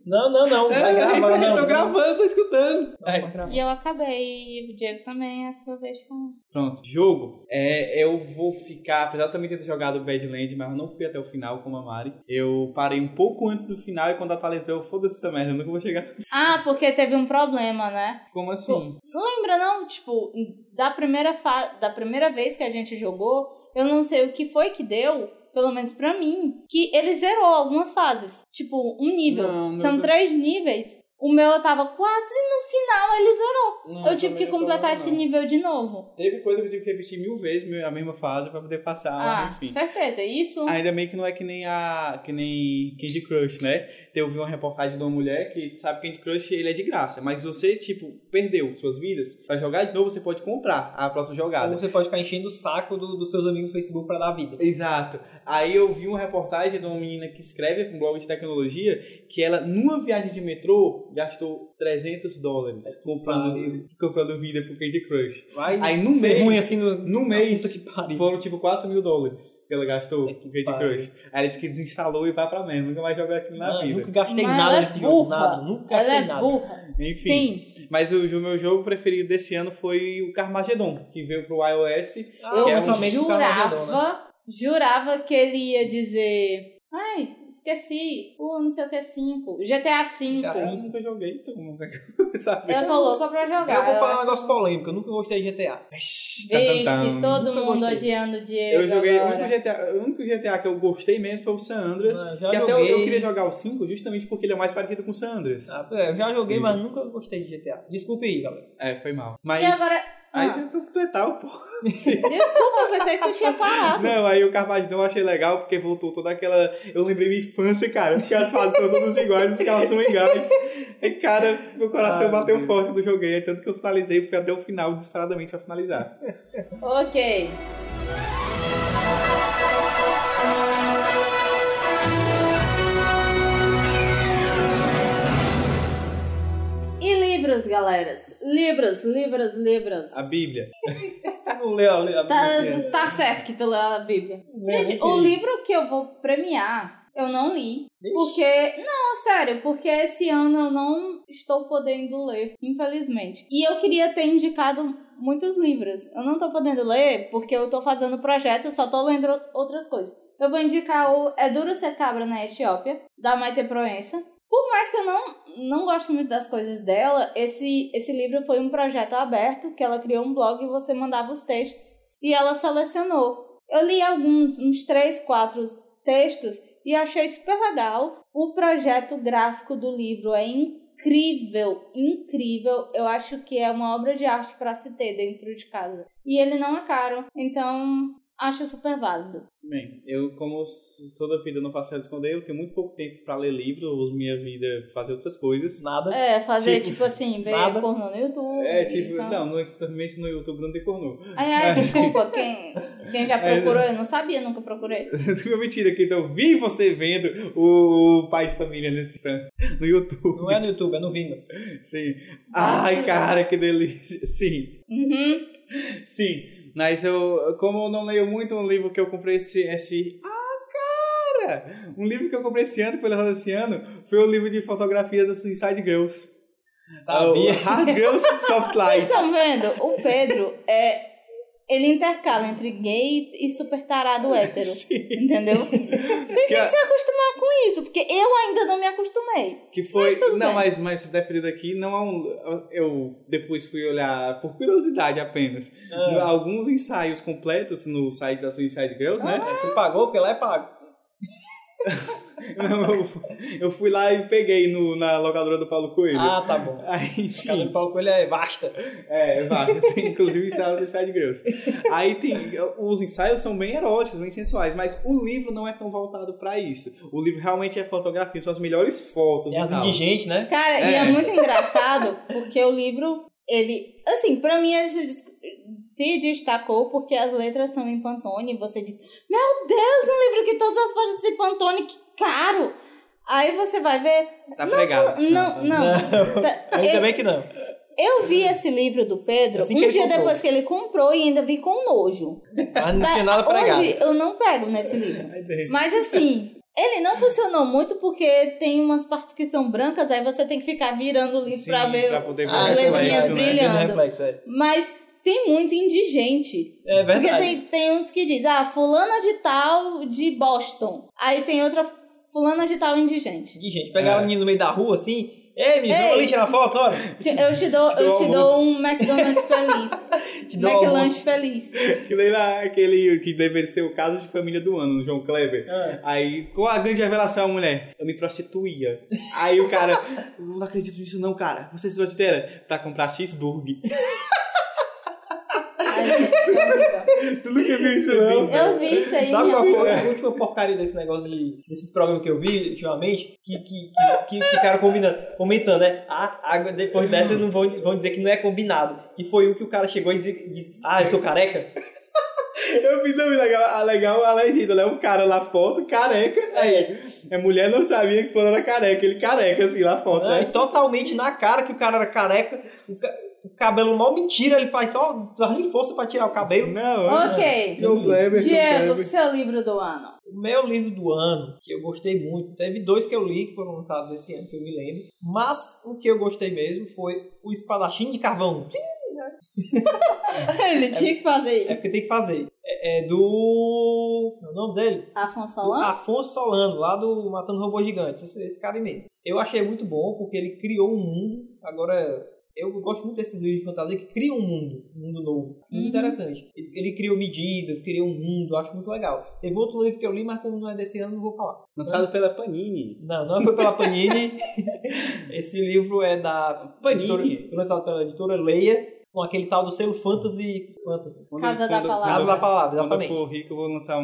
não, não, não. Vai gravar, não.
tô
não.
gravando, tô escutando.
Não, vai gravar.
e eu acabei, e o Diego também, é a sua vez de falar.
Pronto, jogo. É, eu vou ficar, apesar de eu também ter jogado Badland, mas eu não fui até o final com a Mari. Eu parei um pouco antes do final e quando atualizou, eu, foda-se essa merda, eu nunca vou chegar.
Ah, porque teve um problema, né?
Como assim?
Não lembra não, tipo, da primeira, fa da primeira vez que a gente jogou, eu não sei o que foi que deu, pelo menos pra mim, que ele zerou algumas fases. Tipo, um nível.
Não, não
São
tô-
três níveis. O meu eu tava quase no final, ele zerou.
Não,
eu tive
também
que
não tô
completar
não.
esse nível de novo.
Teve coisa que eu tive que repetir mil vezes a mesma fase pra poder passar,
Ah,
enfim.
certeza. Isso.
Ainda bem que não é que nem a. que nem Candy Crush, né? Eu vi uma reportagem de uma mulher que sabe que Candy Crush ele é de graça. Mas você, tipo, perdeu suas vidas. Pra jogar de novo, você pode comprar a próxima jogada.
Ou você pode ficar enchendo o saco do- dos seus amigos do Facebook pra dar vida.
Exato. Aí eu vi uma reportagem de uma menina que escreve com um blog de tecnologia que ela, numa viagem de metrô, gastou 300 dólares
É
comprando, comprando vida pro Candy Crush.
Vai
Aí num
ser
mês-
ruim assim no,
num mês-
Puta que pariu.
Foram tipo 4 mil dólares que ela gastou
É que
com Candy
pariu.
Crush. Aí ela disse que desinstalou e vai pra mesmo, nunca mais joga aquilo na
Mano,
vida.
Nunca gastei
Mas
nada
ela é
nesse jogo,
burra.
nada. Nunca
Ela
gastei
é
nada.
burra.
Enfim.
Sim.
Mas o, o meu jogo preferido desse ano foi o Carmageddon, que veio pro iOS.
Ah,
Eu
que é um
somente o Carmageddon, né?
jurava, jurava que ele ia dizer. Ai, esqueci. O não sei o que é 5. GTA V.
GTA
Eu
Sim.
nunca joguei, então nunca sabe.
Eu tô louca pra jogar.
Eu vou falar
acho.
um negócio polêmico, eu nunca gostei de GTA.
Vixe,
Tan, tan, tan.
todo
Nunca
mundo
gostei.
odiando o Diego.
Eu joguei um o único,
agora.
GTA, o único GTA que eu gostei mesmo foi o San Andreas.
Ah, já
Que até eu,
joguei.
eu queria jogar o 5 justamente porque ele é mais parecido com o San Andreas.
Ah, é, eu já joguei,
Sim.
mas nunca gostei de GTA. Desculpe aí, galera.
É, foi mal.
E
Mas
agora. Ah.
aí já pra completar o pouco.
Desculpa, eu pensei que tu tinha parado.
Não, aí o Carmageddon eu achei legal porque voltou toda aquela. Eu lembrei minha infância, cara, porque as fases são todas iguais, os carros são iguais. E, cara, meu coração
Ah, meu
bateu
Deus.
forte quando eu joguei, aí tanto que eu finalizei, fui até o final desesperadamente pra finalizar.
Ok. E livros, galeras? Livros, livros, livros.
A Bíblia.
Eu não leio a lei a
Tá,
Bíblia assim.
tá certo que tu leu a Bíblia.
Não é,
Gente,
não
o
sei.
livro que eu vou premiar, eu não li.
Vixe.
Porque. Não, sério, porque esse ano eu não estou podendo ler, infelizmente. E eu queria ter indicado muitos livros. Eu não tô podendo ler porque eu tô fazendo projeto, eu só tô lendo o- outras coisas. Eu vou indicar o É Duro Ser Cabra na Etiópia, da Maite Proença. Por mais que eu não, não goste muito das coisas dela, esse, esse livro foi um projeto aberto que ela criou um blog e você mandava os textos e ela selecionou. Eu li alguns, uns três, quatro textos e achei super legal. O projeto gráfico do livro é incrível, incrível. Eu acho que é uma obra de arte para se ter dentro de casa. E ele não é caro, então acho super válido.
Bem, eu, como s- toda vida eu não faço nada de esconder, eu tenho muito pouco tempo pra ler livro, eu uso minha vida pra fazer outras coisas.
Nada.
É, fazer
Tipo,
tipo, assim, ver
nada.
pornô no YouTube.
É, tipo,
então.
não, no, também no YouTube não tem pornô.
Ai, ai, desculpa, quem, quem já
É,
procurou, eu não sabia, nunca procurei.
Mentira, que então eu vi você vendo o, o pai de família nesse instante, no YouTube.
Não é no YouTube, é no Vimeo.
Sim. Ai, cara, que delícia. Sim,
Uhum.
sim. Mas eu, como eu não leio muito um livro que eu comprei esse. esse... Ah, cara! Um livro que eu comprei esse ano, que foi lançado esse ano, foi o livro de fotografia da Suicide Girls.
Sabia?
Ah, O Hard Girls Soft
Vocês
Light.
estão vendo? O Pedro é. Ele intercala entre gay e super tarado hétero.
Sim.
Entendeu? Vocês
Que
têm
a-
que se acostumar com isso, porque eu ainda não me acostumei.
Que foi.
Mas tudo
não,
bem.
mas, mas defendendo aqui, não é um. Eu depois fui olhar por curiosidade apenas.
Ah,
Alguns ensaios completos no site da Suicide Girls,
Ah.
né?
tu pagou porque lá é pago.
Eu, eu fui lá e peguei no, na locadora do Paulo Coelho.
Ah, tá bom.
Aí,
A casa
enfim,
do Paulo Coelho é vasta.
é, vai, tem, inclusive ensaios do Suicide Girls. Aí tem, os ensaios são bem eróticos, bem sensuais, mas o livro não é tão voltado pra isso. O livro realmente é fotografia, são as melhores fotos.
É as
e tal.
indigentes, né?
Cara, e é
É.
muito engraçado, porque o livro, ele. Assim, pra mim, ele se, des- se destacou porque as letras são em Pantone. E você diz: Meu Deus, um livro que todas as páginas em Pantone, que caro! Aí você vai ver.
Tá pregado.
Não, não. Tá-
Ainda
ele-
bem que não.
Eu vi esse livro do Pedro
Assim que
um
ele
dia
comprou.
depois que ele comprou e ainda vi com nojo.
Mas não
Tá,
tinha nada pregado.
Hoje eu não pego nesse livro. Mas assim, ele não funcionou muito porque tem umas partes que são brancas, aí você tem que ficar virando o livro
Sim,
pra ver.
pra poder ver
as
o reflexo,
é
letrinhas
né?
brilhantes.
Vendo reflexo, é.
Mas tem muito indigente.
É
Porque
verdade.
tem, tem uns que diz, ah, fulana de tal de Boston. Aí tem outra fulana de tal indigente.
De gente, pegar
É.
a menina no meio da rua, assim,
Ei, me vamos
Ei.
ali tirar foto, olha.
Te- Eu te dou, eu
Te
te
dou
dou um McDonald's feliz.
Te dou um
McLanche
almoço.
feliz.
Que nem lá, aquele que deveria ser o caso de família do ano, no João Kleber.
É.
Aí, qual a grande revelação, mulher? Eu me prostituía. Aí o cara, "Eu não acredito nisso não, cara. Você se prostituía pra comprar cheeseburger.
Ai, gente, é horrível.
Tu nunca viu isso não?
eu vi isso aí.
Sabe qual
eu-
foi a última porcaria desse negócio de, desses programas que eu vi ultimamente? Que, que, que, que ficaram combinando, comentando, né? Ah, ah, depois dessa não vão, vão dizer que não é combinado. Que foi o que o cara chegou e disse, disse, ah, eu sou careca?
Eu vi também legal, a- legal a legenda, né? Um cara lá foto, careca. Aí, a mulher não sabia que fulano era careca. Ele careca, assim, lá foto,
Ah,
né?
e totalmente na cara que o cara era careca. O, ca- o cabelo mal mentira, ele faz só dar força pra tirar o cabelo.
Não,
Ah, Ok.
João Kleber, João
Diego,
Kleber.
seu livro do ano.
O meu livro do ano, que eu gostei muito, teve dois que eu li que foram lançados esse ano, que eu me lembro. Mas o que eu gostei mesmo foi O Espadachim de Carvão.
Ele tinha que fazer
É
isso.
porque tem que fazer. É, é do. Não, o nome dele?
Afonso
Do
Solano?
Afonso Solano, lá do Matando Robôs Gigantes. Esse, esse cara aí mesmo. Eu achei muito bom porque ele criou um mundo. Agora, eu gosto muito desses livros de fantasia que criam um mundo. Um mundo novo. Muito
Uhum.
interessante. Esse- Ele criou medidas, criou um mundo. eu Acho muito legal. Teve outro livro que eu li, mas como não é desse ano, não vou falar.
Lançado pela Panini.
Não, não é foi pela Panini. Esse livro é da
Panini.
editora- lançado pela editora Leia, com aquele tal do selo Fantasy. Fantasy.
Quando-
Casa da
quando-
Palavra.
Casa da Palavra,
Quando eu
exatamente.
for rico, eu vou lançar um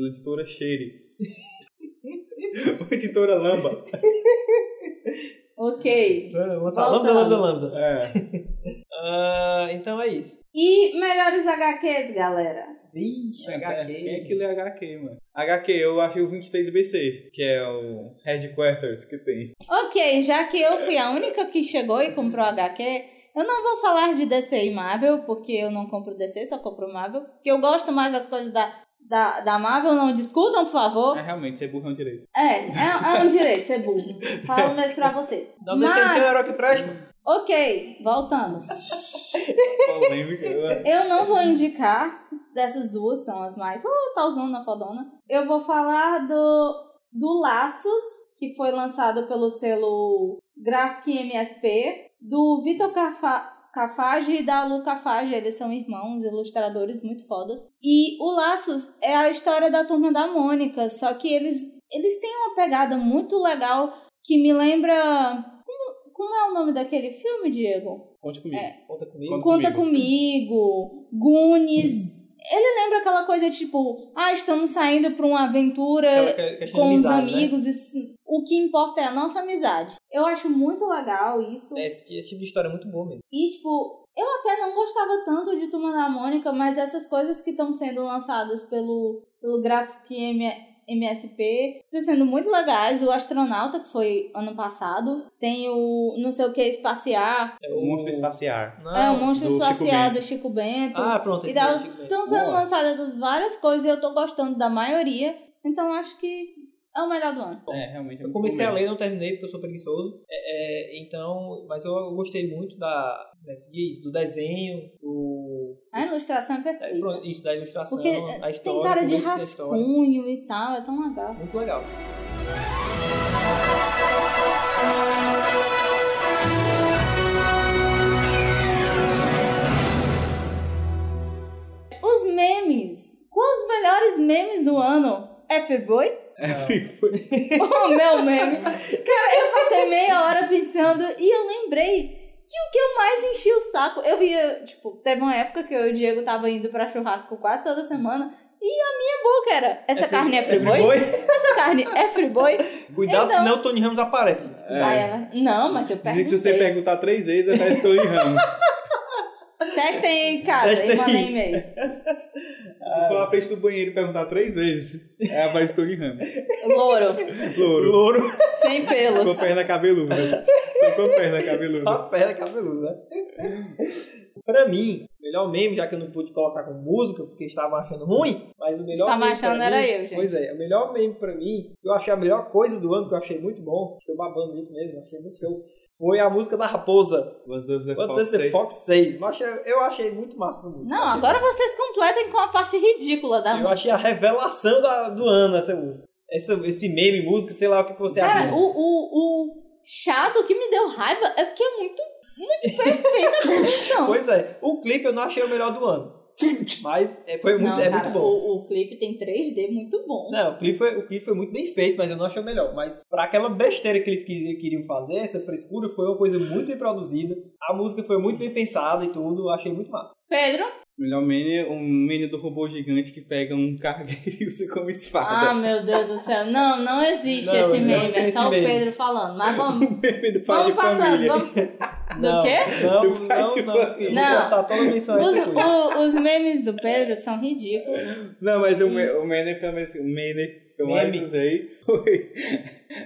uma editora Cheire. Uma editora Lamba.
Ok.
Vamos lançar
Voltando.
lambda, lambda, lambda.
É.
Ah, então é isso.
E melhores HQs, galera?
Ixi, HQ.
Quem é que lê HQ, mano? HQ, eu achei o 23BC, que é o headquarters que tem.
Ok, já que eu fui a única que chegou e comprou HQ, eu não vou falar de DC e Marvel, porque eu não compro DC, só compro Marvel. Porque eu gosto mais das coisas da, da, da Marvel, não discutam, por favor.
Oh.
Ah, realmente, você é burrão direito.
É, é, é um direito ser burro. Falo mesmo pra você.
Não, mas você não tem um
Mas-
herói que presta?
Ok, voltando.
Polêmica. mano.
Eu não vou indicar dessas duas, são as mais. Oh, talzona, fodona. Eu vou falar do, do Laços, que foi lançado pelo selo Graphic MSP, do Vitor Cafa- Cafage e da Lu Cafage. Eles são irmãos, ilustradores muito fodas. E o Laços é a história da turma da Mônica, só que eles, eles têm uma pegada muito legal que me lembra. Como, como é o nome daquele filme, Diego?
Conte comigo.
Conta comigo.
Conta comigo, Goonies. Ele lembra aquela coisa tipo, ah, estamos saindo pra uma
Aquela
aventura
que- questão de
com os
amizade, né?
amigos. Isso, o que importa é a nossa amizade. Eu acho muito legal isso.
É, Esse, esse tipo de história é muito bom mesmo.
E, tipo, eu até não gostava tanto de Turma da Mônica, mas essas coisas que estão sendo lançadas pelo, pelo Graphic M- MSP estão sendo muito legais. O Astronauta, que foi ano passado, tem o não sei o que espaciar,
É
O monstro espaciar.
Não.
é o Monstro
do Chico
Espaciar
Bento.
do Chico Bento.
Ah, pronto.
E
Esse
dá um
daí,
o-
Chico Bento.
Estão Então, sendo
Boa.
lançadas várias coisas e eu tô gostando da maioria, então acho que é o melhor do ano.
É, realmente. é
Eu
muito
comecei a
bom mesmo.
ler, não terminei porque eu sou preguiçoso. É, é, então, mas eu gostei muito da, como é que se diz? do desenho, do,
A ilustração é
é,
perfeita.
pronto, isso da ilustração,
Porque
a história,
Tem cara
o
de
começo da história.
rascunho e tal, é tão legal.
Muito legal.
Os memes. Quais os melhores memes do ano? É Firboy?
É.
o meu meme. Cara, eu passei meia hora pensando e eu lembrei que o que eu mais enchi o saco, eu ia, tipo, teve uma época que eu e o Diego tava indo pra churrasco quase toda semana e a minha boca era, essa carne é Friboi?
Friboi?
Essa carne é Friboi?
Cuidado,
Então-
senão o Tony Ramos aparece.
Aí
É.
ela, não, mas eu
Dizem
perguntei.
que se você perguntar três vezes, é estou em ramo.
Testem aí em casa
Testem
e mandem
aí.
e-mails.
Se for na frente do banheiro e perguntar três vezes, é aparece estou em ramo.
Louro,
Louro.
Louro.
sem pelos.
Com perna cabeluda. Só com perna cabeluda.
Só a perna cabeluda, né? pra mim, o melhor meme, já que eu não pude colocar com música, porque estava achando ruim, mas o melhor
Estava
meme
tá achando
pra
era
mim-
eu, gente.
Pois é, o melhor meme pra mim, eu achei a melhor coisa do ano, que eu achei muito bom, estou babando nisso mesmo, achei muito show, foi a música da Raposa,
What does the
What
fox
Does the
say?
Fox 6. Eu achei, eu achei muito massa essa música.
Não, agora vocês completem com a parte ridícula da
Eu achei a revelação da- do ano essa música. Essa, esse meme, música, sei lá o que que você
Cara,
acha.
o, o, o chato, o que me deu raiva é porque é muito, muito perfeita a produção.
Pois é, o clipe eu não achei o melhor do ano. Mas é, foi muito,
Não,
é
cara,
muito bom.
O, o clipe tem 3D muito bom.
Não, o clipe, foi, o clipe foi muito bem feito, mas eu não achei o melhor. Mas pra aquela besteira que eles quis- queriam fazer, essa frescura foi uma coisa muito bem produzida. A música foi muito bem pensada e tudo, eu achei muito massa.
Pedro?
Melhor mini, um mini do robô gigante que pega um cargueiro e usa como
Ah,
espada.
meu Deus do céu. Não, não existe
Não,
esse
não
meme.
tem
É
esse
só o
meme.
Pedro falando. Mas
o
vamos,
Ah,
meme do pai
vamos
de
passando.
família.
Vamos... Do
Não,
Ah, quê?
Não,
Do pai
não,
de
não.
família.
Não.
Tá toda a menção a
Os,
essa coisa.
o- os memes do Pedro são ridículos.
É.
Não, mas o, me, o meme, pelo menos, o meme que eu mais
Meme.
usei foi...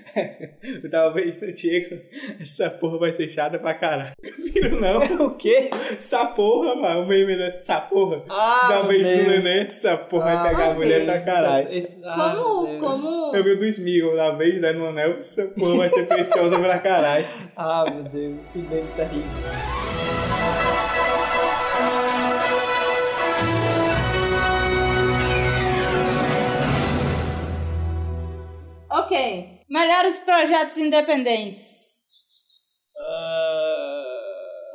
eu tava vendo o Diego, essa porra vai ser chata pra caralho. Filho, não.
O quê?
Essa porra, mano. O meme dessa porra.
Ah,
Dá um
meu
beijo no
Deus.
neném, essa porra vai pegar
Ah,
a mulher pra
Deus.
caralho.
Esse- ah,
Como,
meu Deus.
como
Eu vi o do Smigol lá, beijo dando no anel, essa porra vai ser preciosa pra caralho.
Ah, meu Deus, esse meme tá rindo.
Ok. Melhores projetos independentes.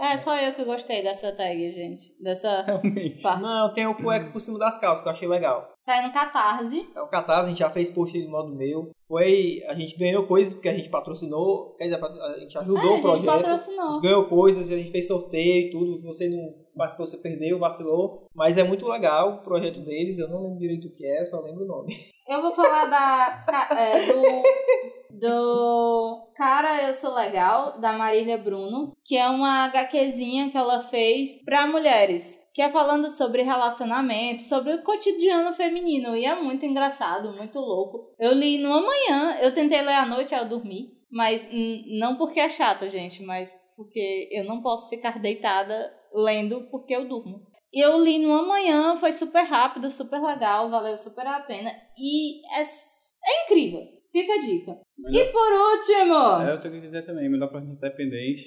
É, só eu que gostei dessa tag, gente. Dessa
Realmente.
parte.
Ah, Não, tem o cueco por cima das calças, que eu achei legal.
Sai no Catarse.
É o Catarse, a gente já fez post do modo meu. Foi, a gente ganhou coisas porque a gente patrocinou, quer dizer, a gente ajudou
É,
o
a gente
projeto.
patrocinou.
ganhou coisas, a gente fez sorteio e tudo. Você não participou, você perdeu, vacilou. Mas é muito legal o projeto deles. Eu não lembro direito o que é, só lembro o nome.
Eu vou falar da. ca- é, do. Do Cara Eu Sou Legal, da Marília Bruno, que é uma HQzinha que ela fez pra mulheres, que é falando sobre relacionamento, sobre o cotidiano feminino, e é muito engraçado, muito louco. Eu li numa manhã, eu tentei ler à noite ao dormir, mas hum, não porque é chato, gente, mas porque eu não posso ficar deitada lendo porque eu durmo. E eu li numa manhã, foi super rápido, super legal, valeu super a pena. E é, s- é incrível. Fica a dica. E por último,
Ah, eu tenho que dizer também, melhor pra gente independente.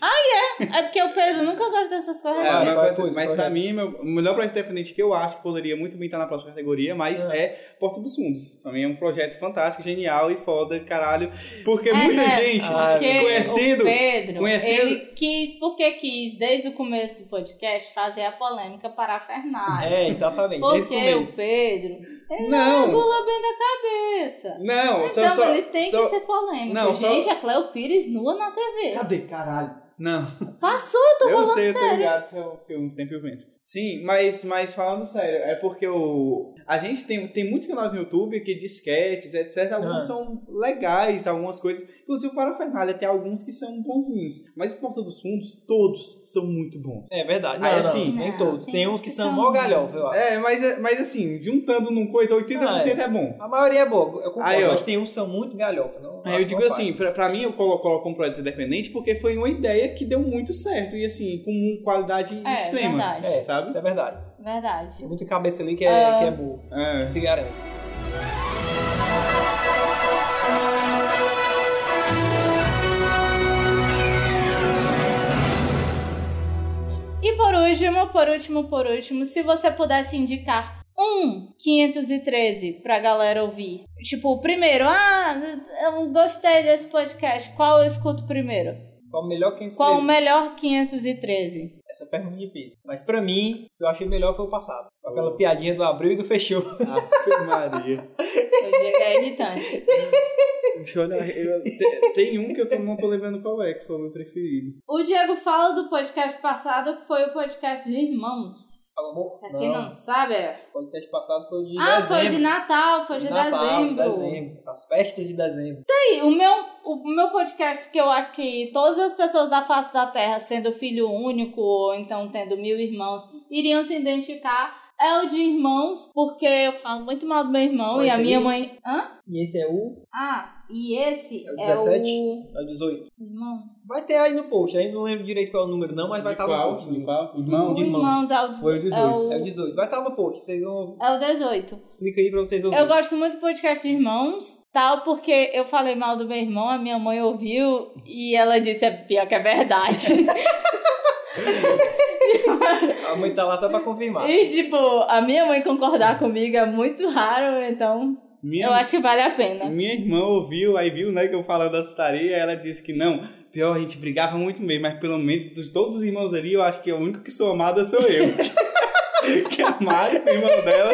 é porque o Pedro nunca gosta dessas coisas.
É,
né?
mas,
qual
mas,
foi esse
mas pra
projeto?
mim, meu- o melhor projeto independente que eu acho que poderia muito bem estar na próxima categoria, mas é, Porta dos Fundos. Pra mim é um projeto fantástico, genial e foda, caralho. Porque
É,
muita
né?
gente
Ah,
Porque
conhecendo-
o Pedro,
conhecendo-
ele quis, porque quis, desde o começo do podcast, fazer a polêmica para a Fernanda.
É, exatamente. Desde o
Porque o
começo.
Pedro, ele
Não.
não gula bem da cabeça.
Não, só,
Então
só,
ele tem
só-
que ser polêmico.
Não, só-
Gente, a Cleo Pires nua na TV.
Cadê, caralho?
Não,
Passou, tô
eu
falando
sei, eu tô
sério.
ligado, se eu filme Tempo e o Vento. Sim, mas, mas falando sério, é porque o... A gente tem, tem muitos canais no YouTube que disquetes, etc. Alguns
Ah.
são legais, algumas coisas. Inclusive o Parafernália tem alguns que são bonzinhos. Mas o Porta dos Fundos, todos são muito bons.
É verdade.
Aí,
Não, não,
assim,
nem
Não,
todos.
tem
Tem,
uns
uns que
que
são
são-
mó galhofa, eu acho.
É, mas, mas assim, juntando num coisa, 80% é, bom.
A maioria é boa, eu concordo,
Aí, ó.
mas tem uns que são muito galhofa. Não,
Aí eu digo assim, pra, pra mim eu colo- coloco um projeto independente porque foi uma ideia que deu muito certo e assim, com qualidade
É,
extrema,
verdade.
É.
sabe?
É verdade.
Verdade.
Tem muita cabeça ali que é,
Ah.
que é burro.
É.
Se garante.
E por último, por último, por último, se você pudesse indicar um 513 pra galera ouvir. Tipo, o primeiro, ah, eu gostei desse podcast, qual eu escuto primeiro?
Qual o melhor é 513?
Qual o melhor 513?
Essa pergunta é difícil. Mas pra mim, eu achei melhor foi o passado. Com aquela piadinha do abril e do fechou.
Ave Maria.
Eu digo, é irritante.
Deixa eu olhar. eu- te- tem um que eu tô- não tô lembrando qual é, que foi o meu preferido.
O Diego fala do podcast passado, que foi o podcast de irmãos.
Fala, amor.
Pra quem não, sabe, é...
O podcast passado foi o de
Ah,
dezembro.
foi de Natal, foi de
Natal, de
dezembro.
dezembro. As festas de dezembro.
Aí, o meu, o meu podcast que eu acho que todas as pessoas da face da Terra, sendo filho único ou então tendo mil irmãos, iriam se identificar é o de irmãos, porque eu falo muito mal do meu irmão
Mas
e a
esse
minha
aí?
mãe. Hã?
E esse é o,
Ah, e esse
É o
é
17?
o.
é o 18.
Irmãos.
Vai ter aí no post. Aí não lembro direito qual é o número não, mas vai
De
estar
qual?
no post.
De qual? Irmãos?
O irmãos é o,
Foi o 18.
É o
É
18. Vai estar no post. Vocês vão...
o, é o 18.
Clica aí pra vocês
Eu
ouvirem.
gosto muito do podcast de irmãos, tal, porque eu falei mal do meu irmão, a minha mãe ouviu e ela disse: é pior que é verdade.
A mãe tá lá só pra confirmar.
E, tipo, a minha mãe concordar comigo é muito raro, então eu
Minha,
acho que vale a pena.
minha irmã ouviu, aí viu, né, que eu falando das putarias, ela disse que não. Pior, a gente brigava muito mesmo, mas pelo menos de todos os irmãos ali, eu acho que o único que sou amada sou eu. que é a Mari, irmã dela,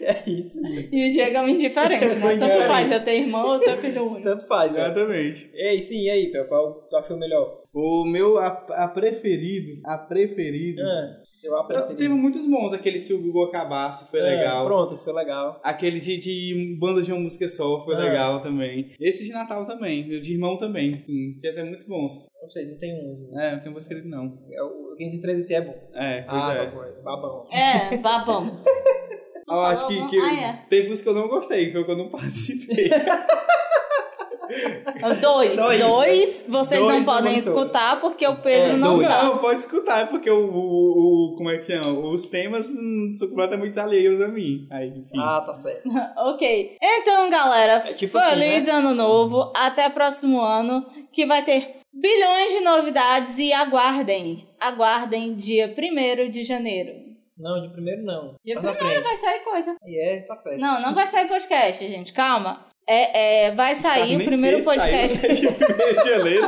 É isso.
E o Diego é um indiferente,
Eu sou
né? Tanto
indiferente.
faz eu ter irmão ou ser filho único.
Tanto faz, né?
exatamente.
Ei, sim, e aí, Pel, qual tu achou melhor?
O meu, a, a preferido, a preferido...
Ah, seu A
Eu-
preferido.
Teve muitos bons, aquele Se o Google Acabasse, foi
Ah,
legal.
Pronto, esse foi legal.
Aquele de, de banda de uma música só foi
Ah.
legal também. Esse de Natal também, o de irmão também. Hum, que até muito bons.
Não sei, não tem um.
É, não tenho preferido não.
É, o 513 é bom.
É, pois
Ah,
é.
babão, babão.
É, babão.
Eu acho que, que
Ah, é.
teve os que eu não gostei, que foi quando eu não participei.
Dois.
Só isso, né?
dois, vocês
Dois
não
não
podem
gostou.
escutar porque o Pedro
É,
não
dois.
tá.
Não, pode escutar, é porque o, o, o- Como é que é? Os temas hum, são completamente alheios a mim. Aí, enfim.
Ah, tá certo.
Ok. Então, galera,
É tipo assim,
feliz ano novo. Até próximo ano, que vai ter bilhões de novidades e aguardem. Aguardem dia 1 de janeiro.
Não, de primeiro não.
De
Tá na frente.
Vai sair coisa.
E é, tá certo.
Não, não vai sair podcast, gente. Calma. É, é, vai sair o
Nem
primeiro
sei se
podcast.
Saiu até de 1 de janeiro.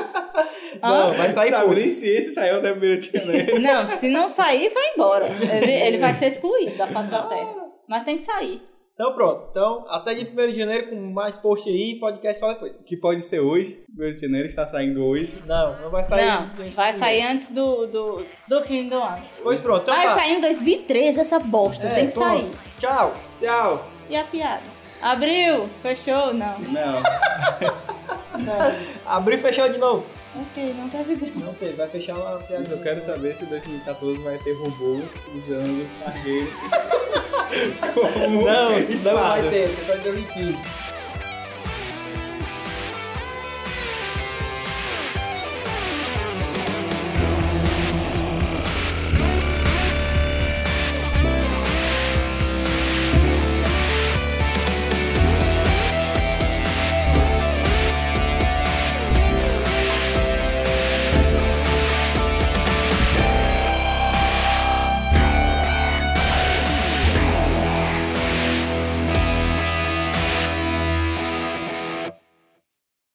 Hã?
né? Não, vai sair
Sabe
curto.
nem se esse saiu até 1 de janeiro.
Não, se não sair, vai embora. Ele, ele vai ser excluído da face
Ah.
da terra. Mas tem que sair.
Então pronto. Então, até de 1 de janeiro com mais post aí, podcast só depois.
Que pode ser hoje. 1 de janeiro está saindo hoje.
Não, não vai sair.
não, vai sair antes do, do, do fim do ano.
Pois pronto, então
vai
tá.
sair em 2013 essa bosta.
É,
tem que
pronto.
sair.
Tchau.
Tchau!
E a piada? Abriu? Fechou? Não.
Não.
Abriu e fechou de novo.
Ok, não teve grana.
Não teve, vai fechar lá até
Eu quero saber se 2014 vai ter robôs usando cargueiros como
Não, isso não vai
espadas.
ter, isso é só em 2015.